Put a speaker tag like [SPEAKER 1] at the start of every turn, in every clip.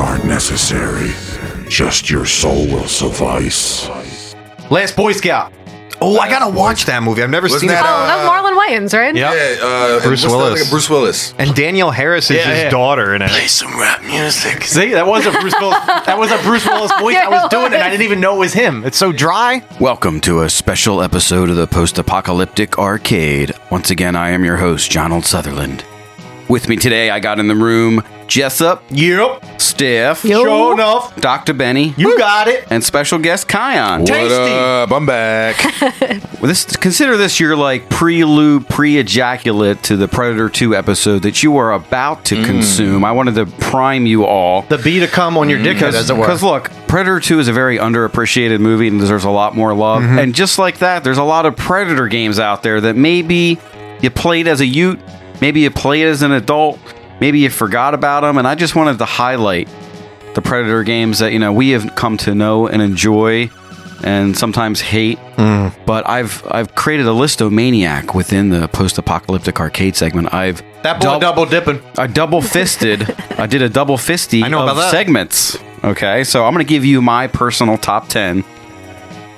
[SPEAKER 1] aren't necessary. Just your soul will suffice.
[SPEAKER 2] Last Boy Scout. Oh, I gotta watch that movie. I've never
[SPEAKER 3] Wasn't
[SPEAKER 2] seen
[SPEAKER 3] that,
[SPEAKER 2] it.
[SPEAKER 3] uh,
[SPEAKER 4] Oh, that was Marlon Wayans, right?
[SPEAKER 2] Yep.
[SPEAKER 3] Yeah, uh,
[SPEAKER 2] Bruce
[SPEAKER 3] what's that
[SPEAKER 2] Willis.
[SPEAKER 3] like- Bruce Willis.
[SPEAKER 2] And Danielle Harris is
[SPEAKER 5] Yeah,
[SPEAKER 2] his
[SPEAKER 5] yeah.
[SPEAKER 2] daughter in it.
[SPEAKER 5] some rap music. See, that was a Bruce Willis. that was a Bruce Willis voice I was doing, and I didn't even know it was him. It's so dry.
[SPEAKER 6] Welcome to a special episode of the Post Apocalyptic Arcade. Once again, I am your host, Donald Sutherland. With me today, I got in the room Jessup,
[SPEAKER 5] Yep.
[SPEAKER 6] Stiff,
[SPEAKER 4] Yo.
[SPEAKER 5] Sure enough,
[SPEAKER 6] Dr. Benny,
[SPEAKER 5] you got it.
[SPEAKER 6] and special guest Kion.
[SPEAKER 3] What
[SPEAKER 5] Tasty.
[SPEAKER 3] up? I'm back.
[SPEAKER 6] Well, This consider this your like prelude, pre-ejaculate to the Predator Two episode that you are about to consume. I wanted to prime you all.
[SPEAKER 2] The bee to come on your
[SPEAKER 5] Mm,
[SPEAKER 2] dickhead, as it were.
[SPEAKER 6] Because look, Predator 2 is a very underappreciated movie and deserves a lot more love. And just like that, there's a lot of Predator games out there that maybe you played as a youth, maybe you played as an adult, maybe you forgot about them. And I just wanted to highlight the Predator games that, you know, we have come to know and enjoy and sometimes hate. But I've I've created a listomaniac within the post-apocalyptic arcade segment. I've
[SPEAKER 2] That boy
[SPEAKER 6] dub-
[SPEAKER 2] double dipping.
[SPEAKER 6] I double fisted. I did a double fisty
[SPEAKER 2] I know
[SPEAKER 6] of
[SPEAKER 2] about that.
[SPEAKER 6] segments. Okay, so I'm gonna give you my personal top ten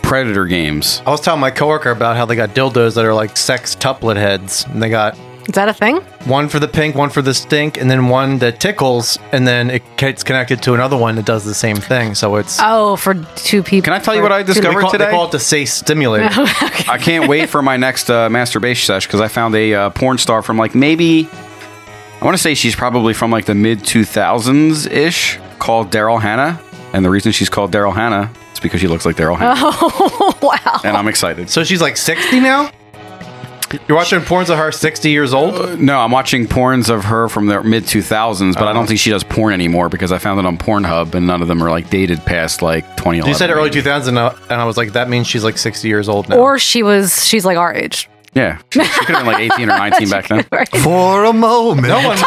[SPEAKER 6] Predator games.
[SPEAKER 2] I was telling my coworker about how they got dildos that are like sex tuplet heads, and they got
[SPEAKER 4] Is that a thing?
[SPEAKER 2] one for the pink, one for the stink, and then one that tickles, and then it gets connected to another one that does the same thing. So it's
[SPEAKER 5] Uh,
[SPEAKER 4] Oh, for two people.
[SPEAKER 6] Can I tell you what I
[SPEAKER 2] we
[SPEAKER 6] discovered
[SPEAKER 2] call,
[SPEAKER 6] today?
[SPEAKER 2] They call it the say stimulator.
[SPEAKER 6] I can't wait for my next uh, masturbation sesh because I found a uh, porn star from like maybe I want to say she's probably from like the mid 2000s ish called Daryl Hannah, and the reason she's called Daryl Hannah is because she looks like Daryl Hannah,
[SPEAKER 4] wow.
[SPEAKER 6] and I'm excited.
[SPEAKER 2] so she's like sixty now. You're watching porns of her sixty years old.
[SPEAKER 6] No, I'm watching porns of her from the mid 2000s, but I don't think she does porn anymore because I found it on Pornhub and none of them are like dated past like 2011.
[SPEAKER 2] You said early two thousand, and I was like, that means she's like sixty years old now.
[SPEAKER 4] Or she was, she's like our age.
[SPEAKER 6] Yeah. She, she could have been like 18 or 19 back then.
[SPEAKER 4] Right?
[SPEAKER 5] For a moment
[SPEAKER 2] no one,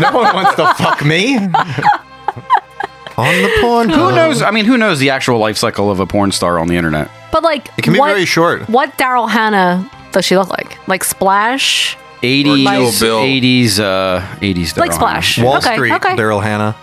[SPEAKER 2] no one wants to fuck me.
[SPEAKER 5] on the porn.
[SPEAKER 6] Who knows? I mean, who knows the actual life cycle of a porn star on the internet?
[SPEAKER 4] But like,
[SPEAKER 5] It can be
[SPEAKER 4] what,
[SPEAKER 5] very short.
[SPEAKER 4] What Daryl Hannah does she look like? Like Splash?
[SPEAKER 6] 80s,
[SPEAKER 3] Kill Bill.
[SPEAKER 6] 80s, uh, 80s. Daryl
[SPEAKER 4] Like Splash.
[SPEAKER 5] Wall
[SPEAKER 4] okay,
[SPEAKER 5] Street,
[SPEAKER 4] Okay.
[SPEAKER 5] Daryl Hannah.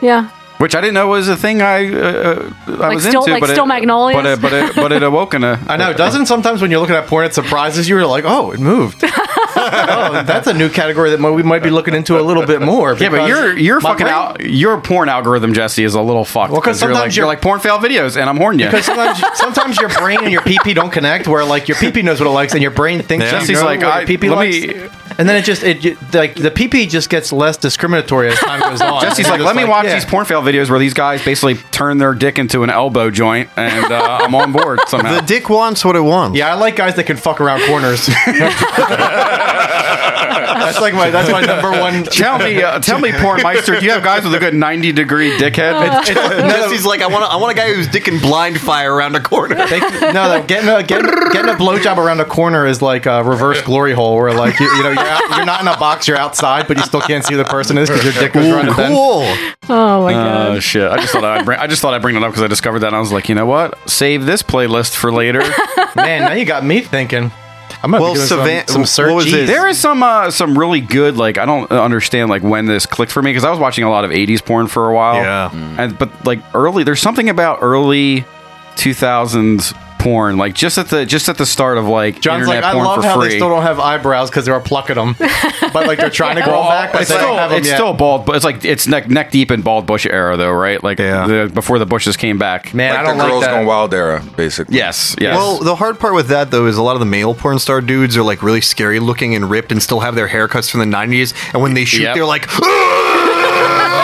[SPEAKER 4] Yeah.
[SPEAKER 6] Hannah. Which I didn't know was a thing I, uh, uh, I was
[SPEAKER 4] still-
[SPEAKER 6] into.
[SPEAKER 4] like
[SPEAKER 6] but
[SPEAKER 4] still
[SPEAKER 6] it,
[SPEAKER 4] Magnolias?
[SPEAKER 6] But it, but it, but it awoke in a.
[SPEAKER 2] I know. Doesn't sometimes when you're looking at porn, it surprises you. You're like, oh, it moved. oh, that's a new category that mo- we might be looking into a little bit more.
[SPEAKER 6] Yeah, but
[SPEAKER 2] because
[SPEAKER 6] your your
[SPEAKER 2] my
[SPEAKER 6] fucking
[SPEAKER 2] brain-
[SPEAKER 6] al- your porn algorithm, Jesse, is a little fucked.
[SPEAKER 2] Well, 'cause
[SPEAKER 6] you're
[SPEAKER 2] sometimes
[SPEAKER 6] like,
[SPEAKER 2] you're-
[SPEAKER 6] you're like porn fail videos, and I'm horning you.
[SPEAKER 2] Because sometimes, sometimes your brain and your PP don't connect. Where like your PP knows what it likes, and your brain thinks
[SPEAKER 5] Yeah.
[SPEAKER 2] you
[SPEAKER 5] Jesse's
[SPEAKER 2] know
[SPEAKER 6] like,
[SPEAKER 2] what
[SPEAKER 6] I-
[SPEAKER 2] your PP
[SPEAKER 6] let
[SPEAKER 2] likes.
[SPEAKER 6] me-
[SPEAKER 2] and then it just it ju- like the PP just gets less discriminatory as time goes on.
[SPEAKER 6] Jesse's
[SPEAKER 2] And
[SPEAKER 6] like,
[SPEAKER 2] you're
[SPEAKER 6] let
[SPEAKER 2] just
[SPEAKER 6] me watch
[SPEAKER 2] Oh, yeah.
[SPEAKER 6] these porn fail videos where these guys basically turn their dick into an elbow joint, and uh, I'm on board somehow.
[SPEAKER 5] The dick wants what it wants.
[SPEAKER 2] Yeah, I like guys that can fuck around corners. that's like my that's my number one.
[SPEAKER 6] tell me, uh, tell me, porn meister, do you have guys with a good 90 degree dickhead?
[SPEAKER 2] It's like-
[SPEAKER 5] Jesse's like, I want, I want a guy who's dicking blind fire around a corner.
[SPEAKER 2] They, no, no, getting a getting, getting a blowjob around a corner is like a reverse glory hole, where like you, you know you're, out, you're not in a box, you're outside, but you still can't see who the person is because your dick goes around a bend.
[SPEAKER 5] cool.
[SPEAKER 4] Oh my
[SPEAKER 6] Oh
[SPEAKER 4] god.
[SPEAKER 6] shit! I just thought I'd bring, I just thought I'd bring it up because I discovered that and I was like, you know what? Save this playlist for later.
[SPEAKER 2] Man, now you got me thinking. I'm gonna
[SPEAKER 5] Well,
[SPEAKER 2] be doing
[SPEAKER 5] Savan-
[SPEAKER 2] some, some search.
[SPEAKER 5] what was this?
[SPEAKER 6] there is some uh, some really good like I don't understand like when this clicked for me because I was watching a lot of 80s porn for a while.
[SPEAKER 5] Yeah.
[SPEAKER 6] Mm. and but like early there's something about early 2000s porn like just at the just at the start of like
[SPEAKER 2] John's
[SPEAKER 6] internet
[SPEAKER 2] like, I
[SPEAKER 6] porn
[SPEAKER 2] love
[SPEAKER 6] for
[SPEAKER 2] how
[SPEAKER 6] free
[SPEAKER 2] they still don't have eyebrows because they were plucking them, but like they're trying to grow 'em
[SPEAKER 6] Well,
[SPEAKER 2] back, but
[SPEAKER 6] it's
[SPEAKER 2] they
[SPEAKER 6] still,
[SPEAKER 2] don't have them
[SPEAKER 6] it's
[SPEAKER 2] yet.
[SPEAKER 6] still bald, but it's like it's neck neck deep in bald bush era though, right? Like
[SPEAKER 5] Yeah.
[SPEAKER 6] the, before the bushes came back.
[SPEAKER 2] Man, I
[SPEAKER 3] like
[SPEAKER 2] don't
[SPEAKER 3] the girls
[SPEAKER 2] like that.
[SPEAKER 3] gone wild era, basically.
[SPEAKER 6] Yes, yes.
[SPEAKER 5] Well, the hard part with that though is a lot of the male porn star dudes are like really scary looking and ripped and still have their haircuts from the '90s, and when they shoot,
[SPEAKER 6] Yep.
[SPEAKER 5] they're like.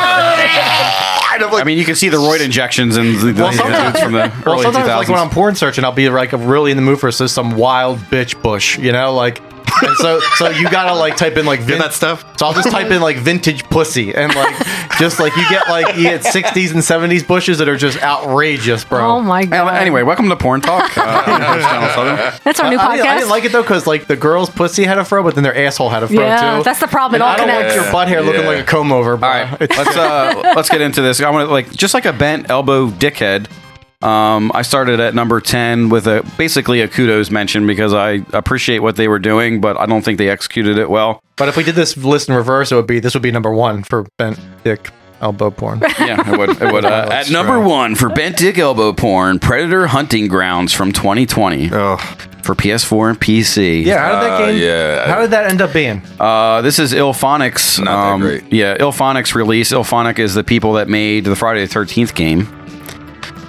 [SPEAKER 5] And I'm like,
[SPEAKER 6] I mean, you can see the roid injections and the, the
[SPEAKER 2] sometimes-
[SPEAKER 6] dudes from the
[SPEAKER 2] Well,
[SPEAKER 6] early
[SPEAKER 2] sometimes
[SPEAKER 6] 2000s.
[SPEAKER 2] like when I'm porn searching, I'll be like I'm really in the mood for so some wild bitch bush, you know, like. and so, so you gotta like type in like vin-
[SPEAKER 5] that stuff?
[SPEAKER 2] So I'll just type in like vintage pussy and like just like you get like you get 60s and 70s bushes that are just outrageous, bro.
[SPEAKER 4] Oh my
[SPEAKER 6] Well,
[SPEAKER 4] god.
[SPEAKER 6] Anyway, welcome to Porn Talk. Uh, I'm your host, Donald Sutherland.
[SPEAKER 4] that's our new
[SPEAKER 2] I, didn't, I
[SPEAKER 4] podcast.
[SPEAKER 2] didn't like it though because like the girl's pussy had a fro, but then their asshole had a fro
[SPEAKER 4] yeah,
[SPEAKER 2] too.
[SPEAKER 4] that's the problem.
[SPEAKER 2] and
[SPEAKER 4] It all
[SPEAKER 2] I don't
[SPEAKER 4] connects.
[SPEAKER 2] want your butt hair looking
[SPEAKER 3] Yeah.
[SPEAKER 2] like a comb over, bro.
[SPEAKER 6] All right,
[SPEAKER 2] It's-
[SPEAKER 6] let's uh, let's get into this. I want to like just like a bent elbow dickhead. Um, I started at number ten with a basically a kudos mention because I appreciate what they were doing, but I don't think they executed it well.
[SPEAKER 2] but if we did this list in reverse, it would be this would be number one for bent dick. elbow porn.
[SPEAKER 6] Yeah, it would. It would. Uh, at number one for bent dick elbow porn, Predator Hunting Grounds from 2020
[SPEAKER 5] Oh,
[SPEAKER 6] for PS4 and PC.
[SPEAKER 7] Yeah, how did that
[SPEAKER 3] Uh,
[SPEAKER 7] game?
[SPEAKER 3] yeah.
[SPEAKER 7] How did that end up being?
[SPEAKER 6] Uh, this is Ilphonics. um,
[SPEAKER 3] Not that great.
[SPEAKER 6] Yeah, Ilphonics release. Ilphonic is the people that made the Friday the Thirteenth game,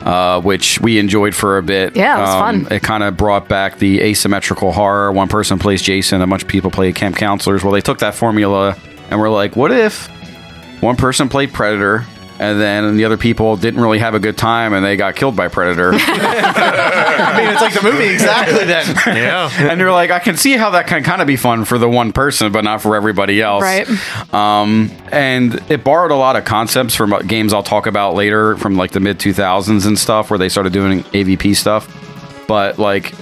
[SPEAKER 6] uh, which we enjoyed for a bit. Um,
[SPEAKER 4] Yeah, it was fun.
[SPEAKER 6] It kind of brought back the asymmetrical horror. One person plays Jason, a bunch of people play camp counselors. Well, they took that formula and were like, what if one person played Predator? And then the other people didn't really have a good time, and they got killed by Predator.
[SPEAKER 2] I mean, it's like the movie exactly. Then
[SPEAKER 5] yeah.
[SPEAKER 6] and you're like, I can see how that can kind of be fun for the one person, but not for everybody else.
[SPEAKER 4] Right.
[SPEAKER 6] Um, and it borrowed a lot of concepts from uh, games I'll talk about later from like the mid 2000s and stuff where they started doing AVP stuff. But like,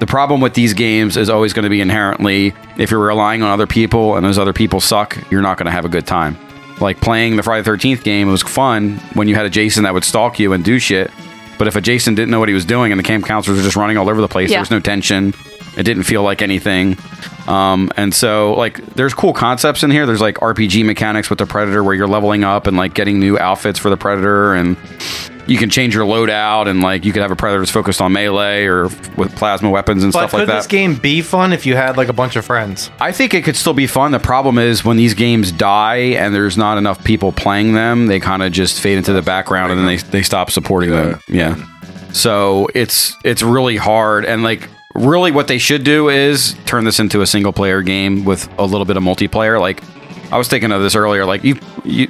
[SPEAKER 6] the problem with these games is always going to be inherently if you're relying on other people and those other people suck, you're not going to have a good time. Like playing the Friday the 13th game was fun when you had a Jason that would stalk you and do shit. But if a Jason didn't know what he was doing and the camp counselors were just running all over the place,
[SPEAKER 4] Yeah.
[SPEAKER 6] there was no tension. It didn't feel like anything. Um, and so, like, there's cool concepts in here. There's like RPG mechanics with the Predator where you're leveling up and like getting new outfits for the Predator and you can change your loadout and like you could have a predator that's focused on melee or f- with plasma weapons and
[SPEAKER 2] but
[SPEAKER 6] stuff like
[SPEAKER 2] could
[SPEAKER 6] that.
[SPEAKER 2] this game be fun if you had like a bunch of friends?
[SPEAKER 6] I think it could still be fun. The problem is when these games die and there's not enough people playing them, they kind of just fade into the background and then they, they stop supporting them. Yeah. So it's it's really hard and like really what they should do is turn this into a single player game with a little bit of multiplayer. Like I was thinking of this earlier. Like you you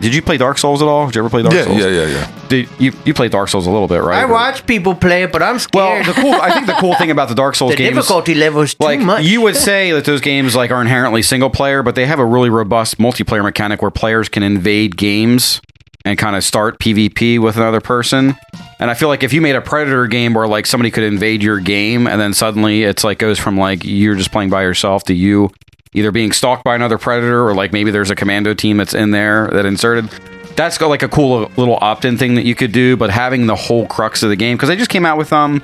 [SPEAKER 6] did you play Dark Souls at all? Did you ever play Dark
[SPEAKER 3] Yeah,
[SPEAKER 6] Souls?
[SPEAKER 3] yeah, yeah, yeah.
[SPEAKER 6] Did, you you played Dark Souls a little bit, right?
[SPEAKER 7] I
[SPEAKER 6] Or-
[SPEAKER 7] watch people play it, but I'm
[SPEAKER 6] well,
[SPEAKER 7] scared.
[SPEAKER 6] the cool. I think the cool thing about the Dark Souls
[SPEAKER 7] the
[SPEAKER 6] games,
[SPEAKER 7] difficulty level's too
[SPEAKER 6] like
[SPEAKER 7] much.
[SPEAKER 6] you would say that those games like are inherently single player, but they have a really robust multiplayer mechanic where players can invade games and kind of start PvP with another person. And I feel like if you made a Predator game where like somebody could invade your game, and then suddenly it's like goes from like you're just playing by yourself to you either being stalked by another Predator or like maybe there's a commando team that's in there that inserted. That's got like a cool little opt-in thing that you could do, but having the whole crux of the game because they just came out with um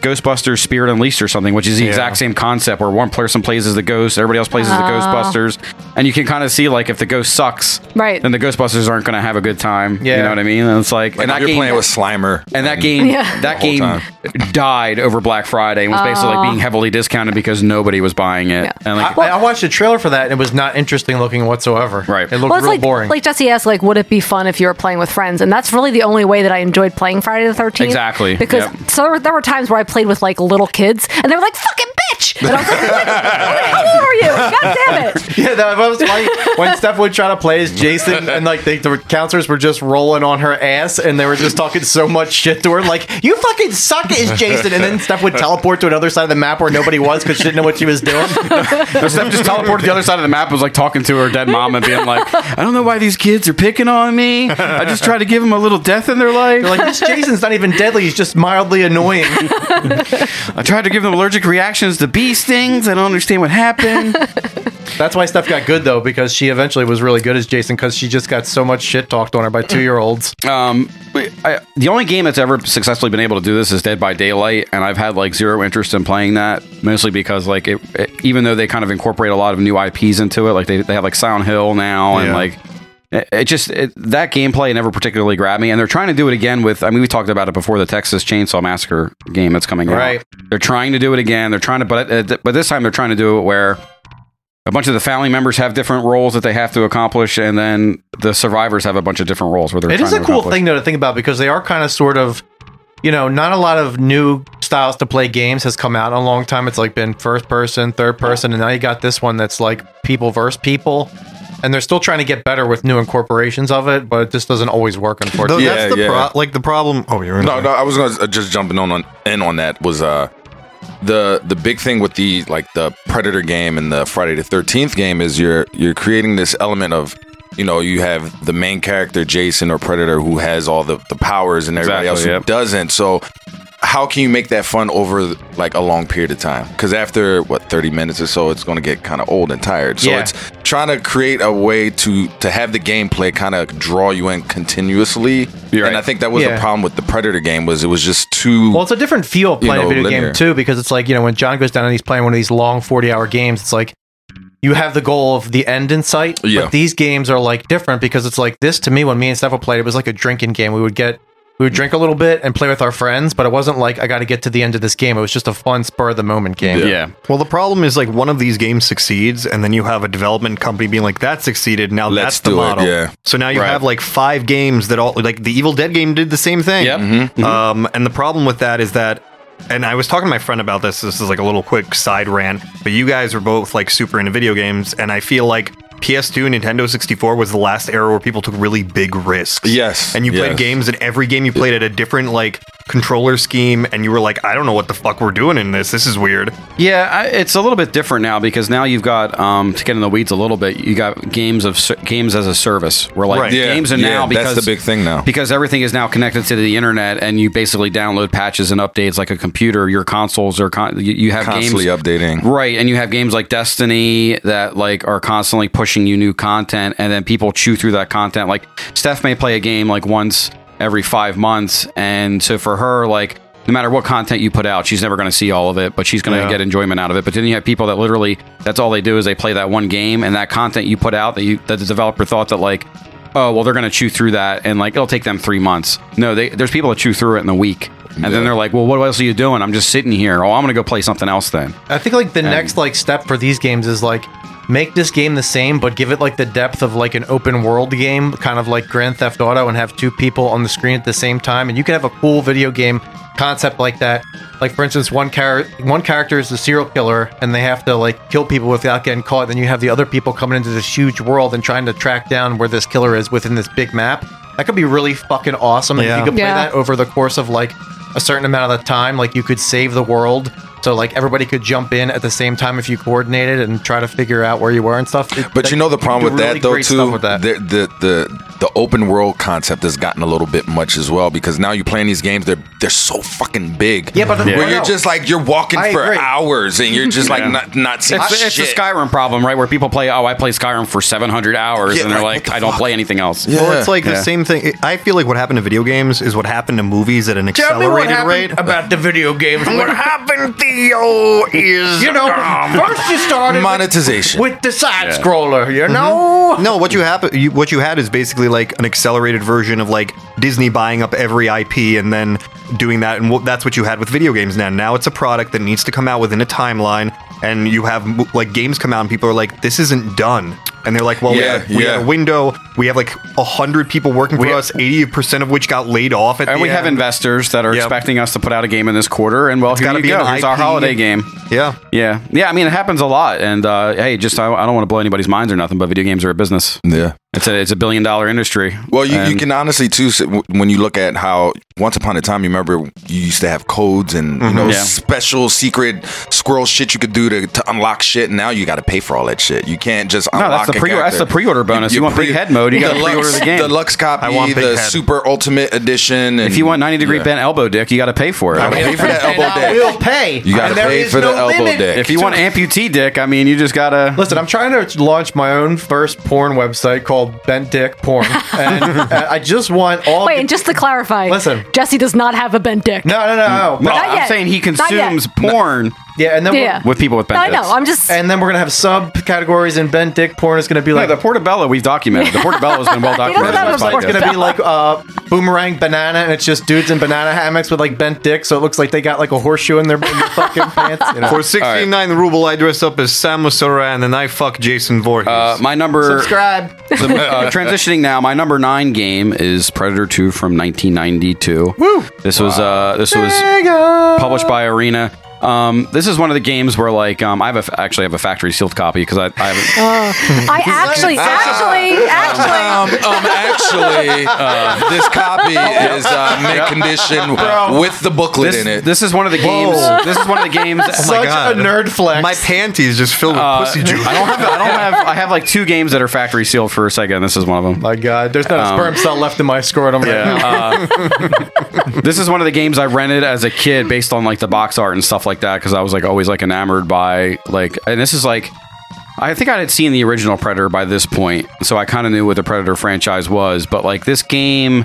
[SPEAKER 6] Ghostbusters Spirit Unleashed or something, which is the exact same concept where one person plays as the ghost, everybody else plays as
[SPEAKER 4] Oh.
[SPEAKER 6] the Ghostbusters, and you can kind of see like if the ghost sucks,
[SPEAKER 4] Right.
[SPEAKER 6] then the Ghostbusters aren't going to have a good time. You
[SPEAKER 2] Yeah.
[SPEAKER 6] know what I mean? And it's like,
[SPEAKER 3] Like
[SPEAKER 6] and that
[SPEAKER 3] you're
[SPEAKER 6] game,
[SPEAKER 3] playing with Slimer.
[SPEAKER 6] and that game,
[SPEAKER 4] Yeah.
[SPEAKER 6] that
[SPEAKER 3] whole
[SPEAKER 6] game
[SPEAKER 3] time.
[SPEAKER 6] died over Black Friday and was basically like being heavily discounted because nobody was buying it.
[SPEAKER 4] Yeah.
[SPEAKER 6] And like,
[SPEAKER 2] I, I watched the trailer for that and it was not interesting looking whatsoever.
[SPEAKER 6] Right.
[SPEAKER 2] It looked
[SPEAKER 4] Well, it's
[SPEAKER 2] real
[SPEAKER 4] like,
[SPEAKER 2] boring.
[SPEAKER 4] like Jesse asked, like, would it be fun if you were playing with friends? And that's really the only way that I enjoyed playing Friday the Thirteenth.
[SPEAKER 6] Exactly,
[SPEAKER 4] Because
[SPEAKER 6] yep.
[SPEAKER 4] so there were- there were times where I played with like little kids, and they were like, "Fucking bitch!" And I was like, "What the hell are you? God damn it!"
[SPEAKER 2] Yeah, that was funny when Steph would try to play as Jason, and like they, the counselors were just rolling on her ass, and they were just talking so much shit to her, like "You fucking suck as Jason," and then Steph would teleport to another side of the map where nobody was because she didn't know what she was doing.
[SPEAKER 6] the stuff just teleported to the other side of the map. and Was like talking to her dead mom and being like, "I don't know why these kids are picking on me. I just try to give them a little death in their life.
[SPEAKER 2] You're like this Jason's not even deadly; he's just mildly annoying.
[SPEAKER 6] I tried to give them allergic reactions to bee stings. I don't understand what happened."
[SPEAKER 2] That's why Steph got good though, because she eventually was really good as Jason because she just got so much shit talked on her by two year olds.
[SPEAKER 6] Um, I, the only game that's ever successfully been able to do this is Dead by Daylight, and I've had like zero interest in playing that, mostly because like it, it- even though they kind of incorporate a lot of new IPs into it, like they, they have like Sound Hill now, and
[SPEAKER 5] Yeah.
[SPEAKER 6] like it, it just it, that gameplay never particularly grabbed me, and they're trying to do it again with. I mean, we talked about it before the Texas Chainsaw Massacre game that's coming
[SPEAKER 2] Right.
[SPEAKER 6] out. They're trying to do it again. They're trying to, but uh, but this time they're trying to do it where a bunch of the family members have different roles that they have to accomplish, and then the survivors have a bunch of different roles. Where they're
[SPEAKER 2] It is a
[SPEAKER 6] trying to
[SPEAKER 2] cool
[SPEAKER 6] accomplish.
[SPEAKER 2] thing though to think about because they are kind of sort of, you know, not a lot of new styles to play games has come out in a long time. It's like been first person, third person, and now you got this one that's like people versus people. And they're still trying to get better with new incorporations of it, but it just doesn't always work,
[SPEAKER 5] Though
[SPEAKER 2] unfortunately.
[SPEAKER 5] that's the
[SPEAKER 3] yeah.
[SPEAKER 5] pro- like the problem. Oh, you're
[SPEAKER 3] No, no, I was gonna uh, just jumping on, on in on that was uh the the big thing with the like the Predator game and the Friday the Thirteenth game is you're you're creating this element of you know you have the main character Jason or Predator who has all the the powers and
[SPEAKER 6] Exactly,
[SPEAKER 3] everybody else who
[SPEAKER 6] yep.
[SPEAKER 3] doesn't. So how can you make that fun over like a long period of time? Because after what thirty minutes or so, it's going to get kind of old and tired. So
[SPEAKER 2] Yeah.
[SPEAKER 3] it's trying to create a way to to have the gameplay kind of draw you in continuously.
[SPEAKER 6] You're
[SPEAKER 3] And
[SPEAKER 6] right.
[SPEAKER 3] I think that was
[SPEAKER 2] Yeah.
[SPEAKER 3] the problem with the Predator game was it was just too.
[SPEAKER 2] Well, it's a different feel of
[SPEAKER 3] You
[SPEAKER 2] playing
[SPEAKER 3] know,
[SPEAKER 2] a video
[SPEAKER 3] linear.
[SPEAKER 2] game too, because it's like you know when John goes down and he's playing one of these long forty-hour games, it's like you have the goal of the end in sight.
[SPEAKER 3] Yeah.
[SPEAKER 2] But these games are like different because it's like this to me when me and Steph would play it, it was like a drinking game. We would get we would drink a little bit and play with our friends, but it wasn't like I got to get to the end of this game. It was just a fun spur of the moment game.
[SPEAKER 3] Yeah.
[SPEAKER 6] Yeah.
[SPEAKER 5] Well, the problem is like one of these games succeeds, and then you have a development company being like, "That succeeded. Now that's
[SPEAKER 3] Let's
[SPEAKER 5] the
[SPEAKER 3] do it,
[SPEAKER 5] model."
[SPEAKER 3] yeah.
[SPEAKER 5] So now you
[SPEAKER 6] Right.
[SPEAKER 5] have like five games that all like the Evil Dead game did the same thing.
[SPEAKER 6] Yep.
[SPEAKER 3] Mm-hmm.
[SPEAKER 5] Um, and the problem with that is that, and I was talking to my friend about this. This is like a little quick side rant, but you guys are both like super into video games, and I feel like PS2 and Nintendo 64 was the last era where people took really big risks.
[SPEAKER 3] Yes,
[SPEAKER 5] And you played
[SPEAKER 3] yes.
[SPEAKER 5] games, and every game you played at a different like controller scheme, and you were like, "I don't know what the fuck we're doing in this. This is weird."
[SPEAKER 6] Yeah, I, it's a little bit different now because now you've got um, to get in the weeds a little bit. You got games of ser- games as a service. We're like
[SPEAKER 5] Right.
[SPEAKER 3] Yeah,
[SPEAKER 6] games are
[SPEAKER 3] yeah,
[SPEAKER 6] now
[SPEAKER 3] that's
[SPEAKER 6] because
[SPEAKER 3] the big thing now.
[SPEAKER 6] because everything is now connected to the internet and you basically download patches and updates like a computer. Your consoles are con- you, you have
[SPEAKER 3] Constantly
[SPEAKER 6] games
[SPEAKER 3] updating.
[SPEAKER 6] right, and you have games like Destiny that like are constantly pushing you new content, and then people chew through that content. Like Steph may play a game like once every five months, and so for her like. No matter what content you put out, she's never going to see all of it, but she's going to
[SPEAKER 5] Yeah.
[SPEAKER 6] get enjoyment out of it. But then you have people that literally, that's all they do is they play that one game and that content you put out that you that the developer thought that like, oh well, they're going to chew through that and like it'll take them three months. No, they, there's people that chew through it in a week, and then they're like, well, what else are you doing? I'm just sitting here. Oh, I'm going to go play something else then.
[SPEAKER 2] I think like the next like step for these games is like make this game the same, but give it like the depth of like an open world game, kind of like Grand Theft Auto, and have two people on the screen at the same time, and you can have a cool video game concept like that. Like for instance, one char- one character is the serial killer, and they have to like kill people without getting caught. Then you have the other people coming into this huge world and trying to track down where this killer is within this big map. That could be really fucking awesome. And if
[SPEAKER 5] Yeah.
[SPEAKER 2] you could play
[SPEAKER 4] Yeah.
[SPEAKER 2] that over the course of like a certain amount of the time like you could save the world so like everybody could jump in at the same time if you coordinated and try to figure out where you were and stuff It-
[SPEAKER 3] But
[SPEAKER 2] like,
[SPEAKER 3] you know the problem
[SPEAKER 2] do
[SPEAKER 3] with
[SPEAKER 2] really
[SPEAKER 3] that though
[SPEAKER 2] great stuff
[SPEAKER 3] too.
[SPEAKER 2] with that.
[SPEAKER 3] The, the the the open world concept has gotten a little bit much as well because now you're playing these games. They're they're so fucking big.
[SPEAKER 2] Yeah, but- Yeah.
[SPEAKER 3] where
[SPEAKER 2] well,
[SPEAKER 3] you're
[SPEAKER 2] no.
[SPEAKER 3] just like you're walking
[SPEAKER 2] I
[SPEAKER 3] for
[SPEAKER 2] agree.
[SPEAKER 3] hours and you're just like not not seeing
[SPEAKER 6] It's, it's
[SPEAKER 3] shit.
[SPEAKER 6] the Skyrim problem, right? Where people play, oh, I play Skyrim for 700 hours,
[SPEAKER 3] Yeah,
[SPEAKER 6] and they're
[SPEAKER 3] like,
[SPEAKER 6] like,
[SPEAKER 3] what the
[SPEAKER 6] I don't
[SPEAKER 3] fuck?
[SPEAKER 6] play anything else.
[SPEAKER 5] Well, it's like
[SPEAKER 6] Yeah.
[SPEAKER 5] the same thing. I feel like what happened to video games is what happened to movies at an accelerated rate.
[SPEAKER 7] about the video games.
[SPEAKER 5] What happened, Theo, is
[SPEAKER 7] You know, first you started with,
[SPEAKER 3] Monetization.
[SPEAKER 7] with the side scroller. You know,
[SPEAKER 5] no. What you happen, you, what you had is basically like an accelerated version of like Disney buying up every IP and then doing that, and what that's what you had with video games now. Now it's a product that needs to come out within a timeline, and you have mo- like games come out, and people are like, "This isn't done." And they're like, well, we,
[SPEAKER 3] Yeah,
[SPEAKER 5] had, we had
[SPEAKER 3] yeah.
[SPEAKER 5] a window. We have like a hundred people working for us, eighty percent of which got laid off at
[SPEAKER 6] And
[SPEAKER 5] the
[SPEAKER 6] we have
[SPEAKER 5] end.
[SPEAKER 6] investors that are
[SPEAKER 5] Yep.
[SPEAKER 6] expecting us to put out a game in this quarter, and well, here
[SPEAKER 5] gotta
[SPEAKER 6] you
[SPEAKER 5] be
[SPEAKER 6] go.
[SPEAKER 5] an
[SPEAKER 6] Here's our
[SPEAKER 5] IP.
[SPEAKER 6] holiday game.
[SPEAKER 5] Yeah,
[SPEAKER 6] Yeah, yeah. I mean, it happens a lot. And uh, hey, just I, I don't want to blow anybody's minds or nothing, but video games are a business.
[SPEAKER 3] yeah.
[SPEAKER 6] It's a it's a billion dollar industry.
[SPEAKER 3] Well, you, you
[SPEAKER 6] And-
[SPEAKER 3] can honestly too s- w- when you look at how once upon a time you remember you used to have codes and you know
[SPEAKER 6] Yeah.
[SPEAKER 3] special secret squirrel shit you could do to, to unlock shit. Now you got to pay for all that shit. You can't just
[SPEAKER 6] that's
[SPEAKER 3] unlock
[SPEAKER 6] the
[SPEAKER 3] a
[SPEAKER 6] pre- that's
[SPEAKER 3] character.
[SPEAKER 6] the pre-order bonus. You want big head mode, you gotta pre-order
[SPEAKER 3] Lux-
[SPEAKER 6] the game.
[SPEAKER 3] The Lux copy,
[SPEAKER 5] I want big
[SPEAKER 3] the
[SPEAKER 5] head.
[SPEAKER 3] super ultimate edition. And
[SPEAKER 6] if you want 90 degree bent elbow dick, you got to pay for it.
[SPEAKER 3] I pay for that
[SPEAKER 7] and
[SPEAKER 3] elbow
[SPEAKER 7] I
[SPEAKER 3] day.
[SPEAKER 7] will pay.
[SPEAKER 3] You got to
[SPEAKER 7] And there
[SPEAKER 3] pay
[SPEAKER 7] is
[SPEAKER 3] for the
[SPEAKER 7] no
[SPEAKER 3] elbow
[SPEAKER 7] limit.
[SPEAKER 3] day.
[SPEAKER 6] if you want amputee dick, I mean, you just gotta.
[SPEAKER 2] Listen, I'm trying to launch my own first porn website called Bent Dick Porn, and uh, I just want all.
[SPEAKER 4] Wait,
[SPEAKER 2] the-
[SPEAKER 4] and just to clarify,
[SPEAKER 2] Listen.
[SPEAKER 4] Jesse does not have a bent dick.
[SPEAKER 2] no, no, no,
[SPEAKER 3] Mm.
[SPEAKER 6] No,
[SPEAKER 2] no.
[SPEAKER 4] Not
[SPEAKER 6] I'm
[SPEAKER 4] yet.
[SPEAKER 6] saying he
[SPEAKER 4] Not yet.
[SPEAKER 6] consumes porn
[SPEAKER 2] Yeah, and then
[SPEAKER 4] Yeah.
[SPEAKER 2] we're,
[SPEAKER 6] with people with bent
[SPEAKER 4] I know.
[SPEAKER 6] dicks.
[SPEAKER 4] I'm just.
[SPEAKER 2] and then we're gonna have subcategories, and Bent Dick Porn is gonna be
[SPEAKER 6] Yeah,
[SPEAKER 2] like
[SPEAKER 6] the portobello we've documented. The portobello has been well
[SPEAKER 4] doesn't
[SPEAKER 6] documented.
[SPEAKER 4] have a
[SPEAKER 6] That's fine.
[SPEAKER 2] It's gonna be
[SPEAKER 4] Portobello.
[SPEAKER 2] like uh, boomerang banana, and it's just dudes in banana hammocks with like bent dicks, so it looks like they got like a horseshoe in their, in their fucking pants. You know?
[SPEAKER 5] For 69 ruble, I dress up as Samus Aran and I fuck Jason Voorhees.
[SPEAKER 6] Uh, my number.
[SPEAKER 2] subscribe.
[SPEAKER 6] the, uh, transitioning now, my number nine game is Predator 2 from 1992. Woo! This was uh, this was published by Arena. Um, this is one of the games where like um, I have a f- actually have a factory sealed copy because I, I haven't.
[SPEAKER 4] I actually, actually, actually.
[SPEAKER 3] Um, um, actually, uh, this copy is uh, mint condition with the booklet
[SPEAKER 6] this,
[SPEAKER 3] in it.
[SPEAKER 6] this is one of the games. This is one of the games.
[SPEAKER 2] Such
[SPEAKER 5] Oh God.
[SPEAKER 2] a nerd flex.
[SPEAKER 5] my panties just filled with
[SPEAKER 6] Uh,
[SPEAKER 5] pussy juice.
[SPEAKER 6] I don't have. I don't have. I have like two games that are factory sealed for Sega, and this is one of them.
[SPEAKER 2] My God, there's not a
[SPEAKER 6] Um,
[SPEAKER 2] sperm cell left in my scrotum right now.
[SPEAKER 6] Uh, this is one of the games I rented as a kid based on like the box art and stuff like that because I was like always like enamored by like and this is like I think I had seen the original Predator by this point, so I kind of knew what the Predator franchise was, but like this game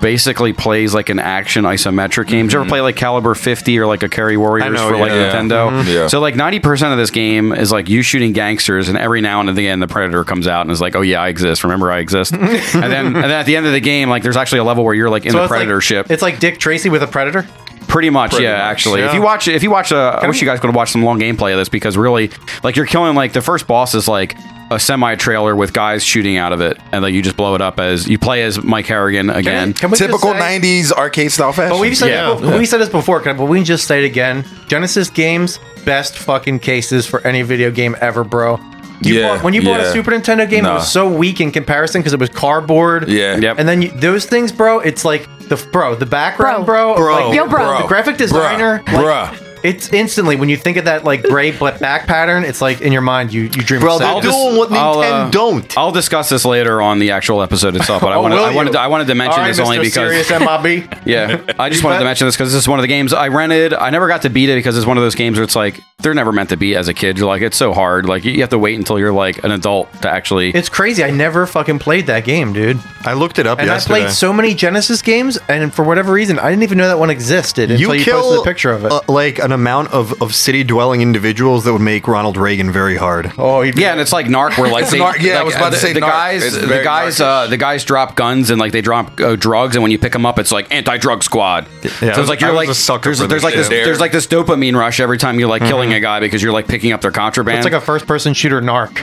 [SPEAKER 6] basically plays like an action isometric game. Did you ever play like Caliber 50 or like a Carry Warriors
[SPEAKER 5] know,
[SPEAKER 6] for like
[SPEAKER 3] yeah.
[SPEAKER 6] Nintendo?
[SPEAKER 3] Mhm. Yeah.
[SPEAKER 6] So like 90% of this game is like you shooting gangsters and every now and again the predator comes out and is like, "Oh yeah, I exist. Remember I exist." and then and then at the end of the game like there's actually a level where you're like in
[SPEAKER 2] So
[SPEAKER 6] the
[SPEAKER 2] it's
[SPEAKER 6] predator
[SPEAKER 2] like,
[SPEAKER 6] ship.
[SPEAKER 2] It's like Dick Tracy with a predator.
[SPEAKER 6] Pretty much, yeah. actually, if you watch, if you watch, uh, I wish you guys could watch some long gameplay of this because really, like, you're killing like the first boss is like a semi trailer with guys shooting out of it, and like you just blow it up as you play as Mike Harrigan again.
[SPEAKER 2] Can we just
[SPEAKER 3] Typical
[SPEAKER 2] say-
[SPEAKER 3] 90s arcade style fashion.
[SPEAKER 2] But we've said
[SPEAKER 6] Yeah.
[SPEAKER 2] it, we said this before, can I- but we can just say it again. Genesis games, best fucking cases for any video game ever, bro. You
[SPEAKER 3] Yeah,
[SPEAKER 2] bought, when you bought
[SPEAKER 3] yeah.
[SPEAKER 2] a Super Nintendo game,
[SPEAKER 3] Nah.
[SPEAKER 2] it was so weak in comparison because it was cardboard.
[SPEAKER 3] Yeah. Yep.
[SPEAKER 2] And then you, those things, bro. It's like the bro, the background, bro,
[SPEAKER 4] Bro. Bro.
[SPEAKER 2] like,
[SPEAKER 4] Yo, bro.
[SPEAKER 2] the graphic designer,
[SPEAKER 3] Bruh.
[SPEAKER 2] like,
[SPEAKER 3] Bruh.
[SPEAKER 2] It's instantly when you think of that like gray but back pattern, it's like in your mind you you dream.
[SPEAKER 5] Bro,
[SPEAKER 2] of
[SPEAKER 5] they're
[SPEAKER 2] sex.
[SPEAKER 6] dis-
[SPEAKER 5] doing what
[SPEAKER 6] I'll,
[SPEAKER 5] Nintendo
[SPEAKER 6] uh,
[SPEAKER 5] don't.
[SPEAKER 6] I'll discuss this later on the actual episode itself, but I
[SPEAKER 2] Oh,
[SPEAKER 6] wanted,
[SPEAKER 2] will
[SPEAKER 6] I wanted,
[SPEAKER 2] you?
[SPEAKER 6] to, I wanted to mention
[SPEAKER 2] All right,
[SPEAKER 6] this only
[SPEAKER 2] Mr.
[SPEAKER 6] because
[SPEAKER 2] serious MIB.
[SPEAKER 6] Yeah, I just wanted to
[SPEAKER 2] bet.
[SPEAKER 6] mention this because this is one of the games I rented. I never got to beat it because it's one of those games where it's like they're never meant to beat as a kid. You're like it's so hard. Like you you have to wait until you're like an adult to actually.
[SPEAKER 2] It's crazy. I never fucking played that game, dude.
[SPEAKER 5] I looked it up
[SPEAKER 2] And
[SPEAKER 5] yesterday.
[SPEAKER 2] I played so many Genesis games, and for whatever reason, I didn't even know that one existed until you, posted a picture of it.
[SPEAKER 5] uh, like an amount of, of city dwelling individuals that would make Ronald Reagan very hard.
[SPEAKER 2] oh, you'd be-
[SPEAKER 6] yeah, and it's like narc where like they,
[SPEAKER 3] narc- yeah, I
[SPEAKER 6] like,
[SPEAKER 3] was about
[SPEAKER 6] the,
[SPEAKER 3] to say
[SPEAKER 6] the
[SPEAKER 3] narc.
[SPEAKER 6] guys
[SPEAKER 3] It's
[SPEAKER 6] the
[SPEAKER 3] very
[SPEAKER 6] guys
[SPEAKER 3] narcish.
[SPEAKER 6] uh, the guys drop guns and like they drop uh, drugs and when you pick them up it's like anti drug squad. so
[SPEAKER 5] I
[SPEAKER 6] it's
[SPEAKER 5] was-
[SPEAKER 6] like
[SPEAKER 5] I
[SPEAKER 6] you're
[SPEAKER 5] was
[SPEAKER 6] like
[SPEAKER 5] a sucker
[SPEAKER 6] there's,
[SPEAKER 5] for this
[SPEAKER 6] there's
[SPEAKER 5] Mm-hmm.
[SPEAKER 6] like this
[SPEAKER 3] shit.
[SPEAKER 6] there's like this dopamine rush every time you're like killing a guy because you're like picking up their contraband.
[SPEAKER 2] it's like a first-person shooter narc.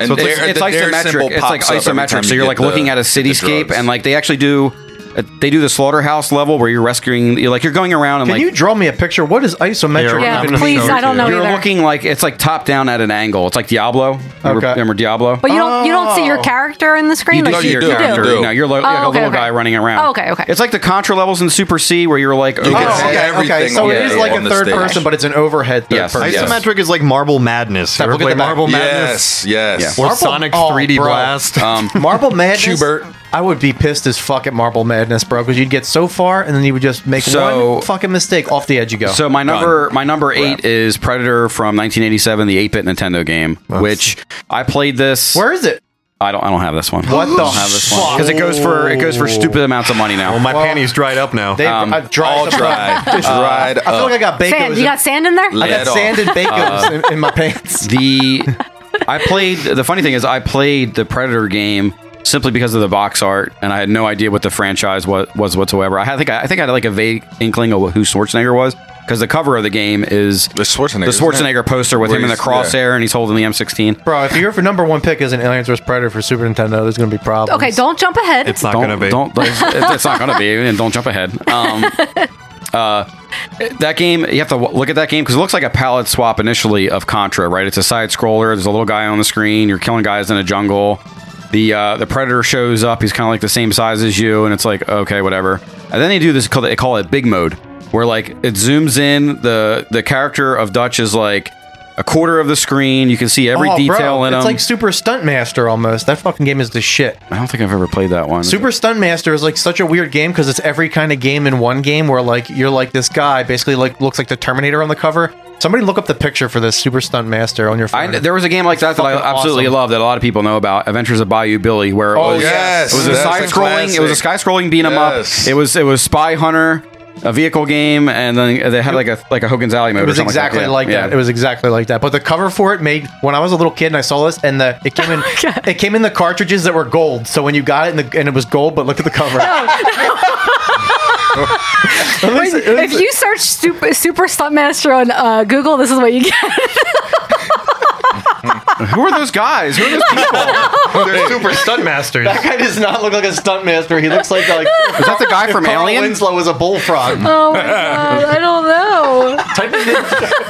[SPEAKER 3] And
[SPEAKER 6] So it's,
[SPEAKER 3] Dare-
[SPEAKER 6] it's
[SPEAKER 3] the Dare symbol
[SPEAKER 6] isometric. It's like
[SPEAKER 3] pops up every time
[SPEAKER 6] isometric. So
[SPEAKER 3] you
[SPEAKER 6] you're
[SPEAKER 3] get
[SPEAKER 6] like
[SPEAKER 3] the-
[SPEAKER 6] looking at a
[SPEAKER 3] the
[SPEAKER 6] cityscape,
[SPEAKER 3] drugs.
[SPEAKER 6] and like they actually do, uh, they do the slaughterhouse level where you're rescuing. You're like you're going around and
[SPEAKER 2] Can
[SPEAKER 6] like
[SPEAKER 2] you draw me a picture? What is isometric?
[SPEAKER 4] Yeah,
[SPEAKER 2] even
[SPEAKER 4] please.
[SPEAKER 2] mean?
[SPEAKER 4] I don't know
[SPEAKER 6] you're
[SPEAKER 4] either.
[SPEAKER 6] looking like it's like top down at an angle. It's like Diablo. Remember,
[SPEAKER 2] Okay.
[SPEAKER 6] remember Diablo?
[SPEAKER 4] But you don't you don't see your
[SPEAKER 2] Oh.
[SPEAKER 4] character in the screen.
[SPEAKER 6] do
[SPEAKER 4] like,
[SPEAKER 6] see your
[SPEAKER 3] do, you
[SPEAKER 6] character.
[SPEAKER 3] do.
[SPEAKER 6] No, you're like,
[SPEAKER 4] Oh,
[SPEAKER 6] like a
[SPEAKER 4] okay,
[SPEAKER 6] little
[SPEAKER 4] okay.
[SPEAKER 6] guy running around.
[SPEAKER 4] Oh, okay, okay.
[SPEAKER 6] It's like the Contra levels in Super C where you're like,
[SPEAKER 3] can
[SPEAKER 6] okay.
[SPEAKER 3] see
[SPEAKER 2] Oh, okay,
[SPEAKER 3] everything
[SPEAKER 2] okay. So
[SPEAKER 3] on
[SPEAKER 2] it
[SPEAKER 3] the-
[SPEAKER 2] is like
[SPEAKER 3] on
[SPEAKER 2] a
[SPEAKER 3] the
[SPEAKER 2] third
[SPEAKER 3] stage.
[SPEAKER 2] person, but it's an overhead third
[SPEAKER 6] Yes.
[SPEAKER 2] person.
[SPEAKER 3] Yes.
[SPEAKER 5] Isometric is like Marble Madness. Ever
[SPEAKER 2] look at
[SPEAKER 5] played
[SPEAKER 2] the back.
[SPEAKER 5] Marble Madness?
[SPEAKER 3] Yes, yes.
[SPEAKER 5] Or
[SPEAKER 2] Marble-
[SPEAKER 5] Sonic
[SPEAKER 2] oh,
[SPEAKER 5] 3D
[SPEAKER 2] bro. Uh,
[SPEAKER 5] Blast.
[SPEAKER 2] Marble Madness.
[SPEAKER 3] Hubert.
[SPEAKER 2] I would be pissed as fuck at Marble Madness, bro, because you'd get so far and then you would just make
[SPEAKER 6] So-
[SPEAKER 2] one fucking mistake off the edge. You go.
[SPEAKER 6] So my number my number eight is Predator from 1987, the 8-bit Nintendo game, which I played this.
[SPEAKER 2] where is it?
[SPEAKER 6] I don't I don't have this one.
[SPEAKER 2] What the
[SPEAKER 6] I don't have this one because it goes for it goes for stupid amounts of money now.
[SPEAKER 5] well, Oh, my panties dried up now.
[SPEAKER 2] They
[SPEAKER 6] Um,
[SPEAKER 2] I've dried Uh,
[SPEAKER 3] All
[SPEAKER 2] them up.
[SPEAKER 3] dried. dried
[SPEAKER 2] I feel
[SPEAKER 3] up.
[SPEAKER 2] like I got bacon.
[SPEAKER 4] sand. You got sand in there.
[SPEAKER 2] I
[SPEAKER 3] Let
[SPEAKER 2] got
[SPEAKER 3] off.
[SPEAKER 2] sanded bacon in, in my pants.
[SPEAKER 6] the I played the funny thing is I played the Predator game simply because of the box art and I had no idea what the franchise was, was whatsoever. I had- I think I, I think I had like a vague inkling of who Schwarzenegger was because the cover of the game is
[SPEAKER 3] The Schwarzenegger,
[SPEAKER 6] the
[SPEAKER 3] isn't it?
[SPEAKER 6] Schwarzenegger poster with
[SPEAKER 3] Where
[SPEAKER 6] him in the
[SPEAKER 3] he's- yeah.
[SPEAKER 6] crosshair and he's holding the M16.
[SPEAKER 2] Bro, if your number one pick isn't Aliens vs Predator for Super Nintendo, there's gonna be problems.
[SPEAKER 4] Okay, don't jump ahead.
[SPEAKER 5] it's not
[SPEAKER 6] don't,
[SPEAKER 5] going to be.
[SPEAKER 6] Don't, don't- it's it's not gonna be. And don't jump ahead. Um, uh, that game, you have to w- look at that game because it looks like a palette swap initially of Contra, right? It's a side scroller. There's a little guy on the screen. You're killing guys in a jungle. The uh, the predator shows up. He's kind of like the same size as you, and it's like okay, whatever. And then they do this. They call it big mode, where like it zooms in. the The character of Dutch is like a quarter of the screen. You can see every
[SPEAKER 2] Oh, bro,
[SPEAKER 6] detail in
[SPEAKER 2] It's
[SPEAKER 6] him.
[SPEAKER 2] like Super Stunt Master almost. That fucking game is the shit.
[SPEAKER 6] I don't think I've ever played that one.
[SPEAKER 2] Super Stunt Master is like such a weird game because it's every kind of game in one game where like you're like this guy basically like looks like the Terminator on the cover. Somebody look up the picture for this Super Stunt Master on your
[SPEAKER 6] I,
[SPEAKER 2] phone.
[SPEAKER 6] there was a game like that that I
[SPEAKER 2] fucking
[SPEAKER 6] absolutely
[SPEAKER 2] awesome.
[SPEAKER 6] love that a lot of people know about, Adventures of Bayou Billy, where it
[SPEAKER 2] Oh,
[SPEAKER 6] was,
[SPEAKER 3] yes.
[SPEAKER 6] it was a
[SPEAKER 3] That's
[SPEAKER 6] side
[SPEAKER 3] a
[SPEAKER 6] scrolling, it was a
[SPEAKER 3] classic.
[SPEAKER 6] sky scrolling beat 'em
[SPEAKER 3] Yes.
[SPEAKER 6] up. It was it was Spy Hunter, a vehicle game, and then they had like a like a Hogan's Alley mode.
[SPEAKER 2] it
[SPEAKER 6] or
[SPEAKER 2] was
[SPEAKER 6] something
[SPEAKER 2] exactly
[SPEAKER 6] Yeah,
[SPEAKER 2] like that.
[SPEAKER 6] yeah.
[SPEAKER 2] It was exactly like that. But the cover for it made when I was a little kid and I saw this and the it came in it came in the cartridges that were gold. So when you got it and, the, and it was gold, but look at the cover. At least- at
[SPEAKER 4] if
[SPEAKER 2] least-
[SPEAKER 4] you search super, super stuntmaster on uh, Google, this is what you get.
[SPEAKER 6] Who are those guys? Who are those people?
[SPEAKER 5] They're super stunt masters.
[SPEAKER 2] That guy does not look like a stunt master. He looks like like
[SPEAKER 6] Is that the guy from
[SPEAKER 2] Carl
[SPEAKER 6] Alien?
[SPEAKER 2] Winslow is a bullfrog.
[SPEAKER 4] Oh my god, I don't know.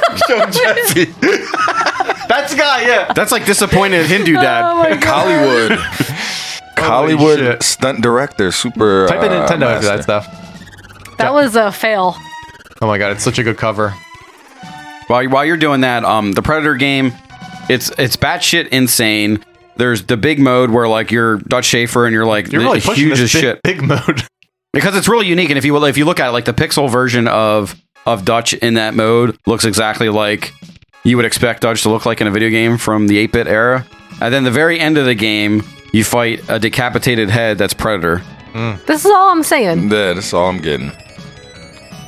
[SPEAKER 2] That's the guy. Yeah.
[SPEAKER 6] That's like disappointed Hindu
[SPEAKER 4] Oh my
[SPEAKER 6] dad.
[SPEAKER 4] god.
[SPEAKER 3] Hollywood. Hollywood
[SPEAKER 2] shit.
[SPEAKER 3] stunt director, super.
[SPEAKER 2] Type in
[SPEAKER 3] uh,
[SPEAKER 2] Nintendo after
[SPEAKER 3] master.
[SPEAKER 2] that stuff.
[SPEAKER 4] That was a fail.
[SPEAKER 2] Oh my god, it's such a good cover.
[SPEAKER 6] While while you're doing that, um, the Predator game, it's it's batshit insane. There's the big mode where like you're Dutch Schaefer and you're like
[SPEAKER 2] You're really pushing
[SPEAKER 6] huge
[SPEAKER 2] this big,
[SPEAKER 6] as shit.
[SPEAKER 2] Big mode.
[SPEAKER 6] because it's really unique. And if you if you look at it, like the pixel version of of Dutch in that mode looks exactly like you would expect Dutch to look like in a video game from the 8-bit era. And then the very end of the game, you fight a decapitated head that's Predator.
[SPEAKER 4] This is all I'm saying.
[SPEAKER 3] Yeah, that's all I'm getting.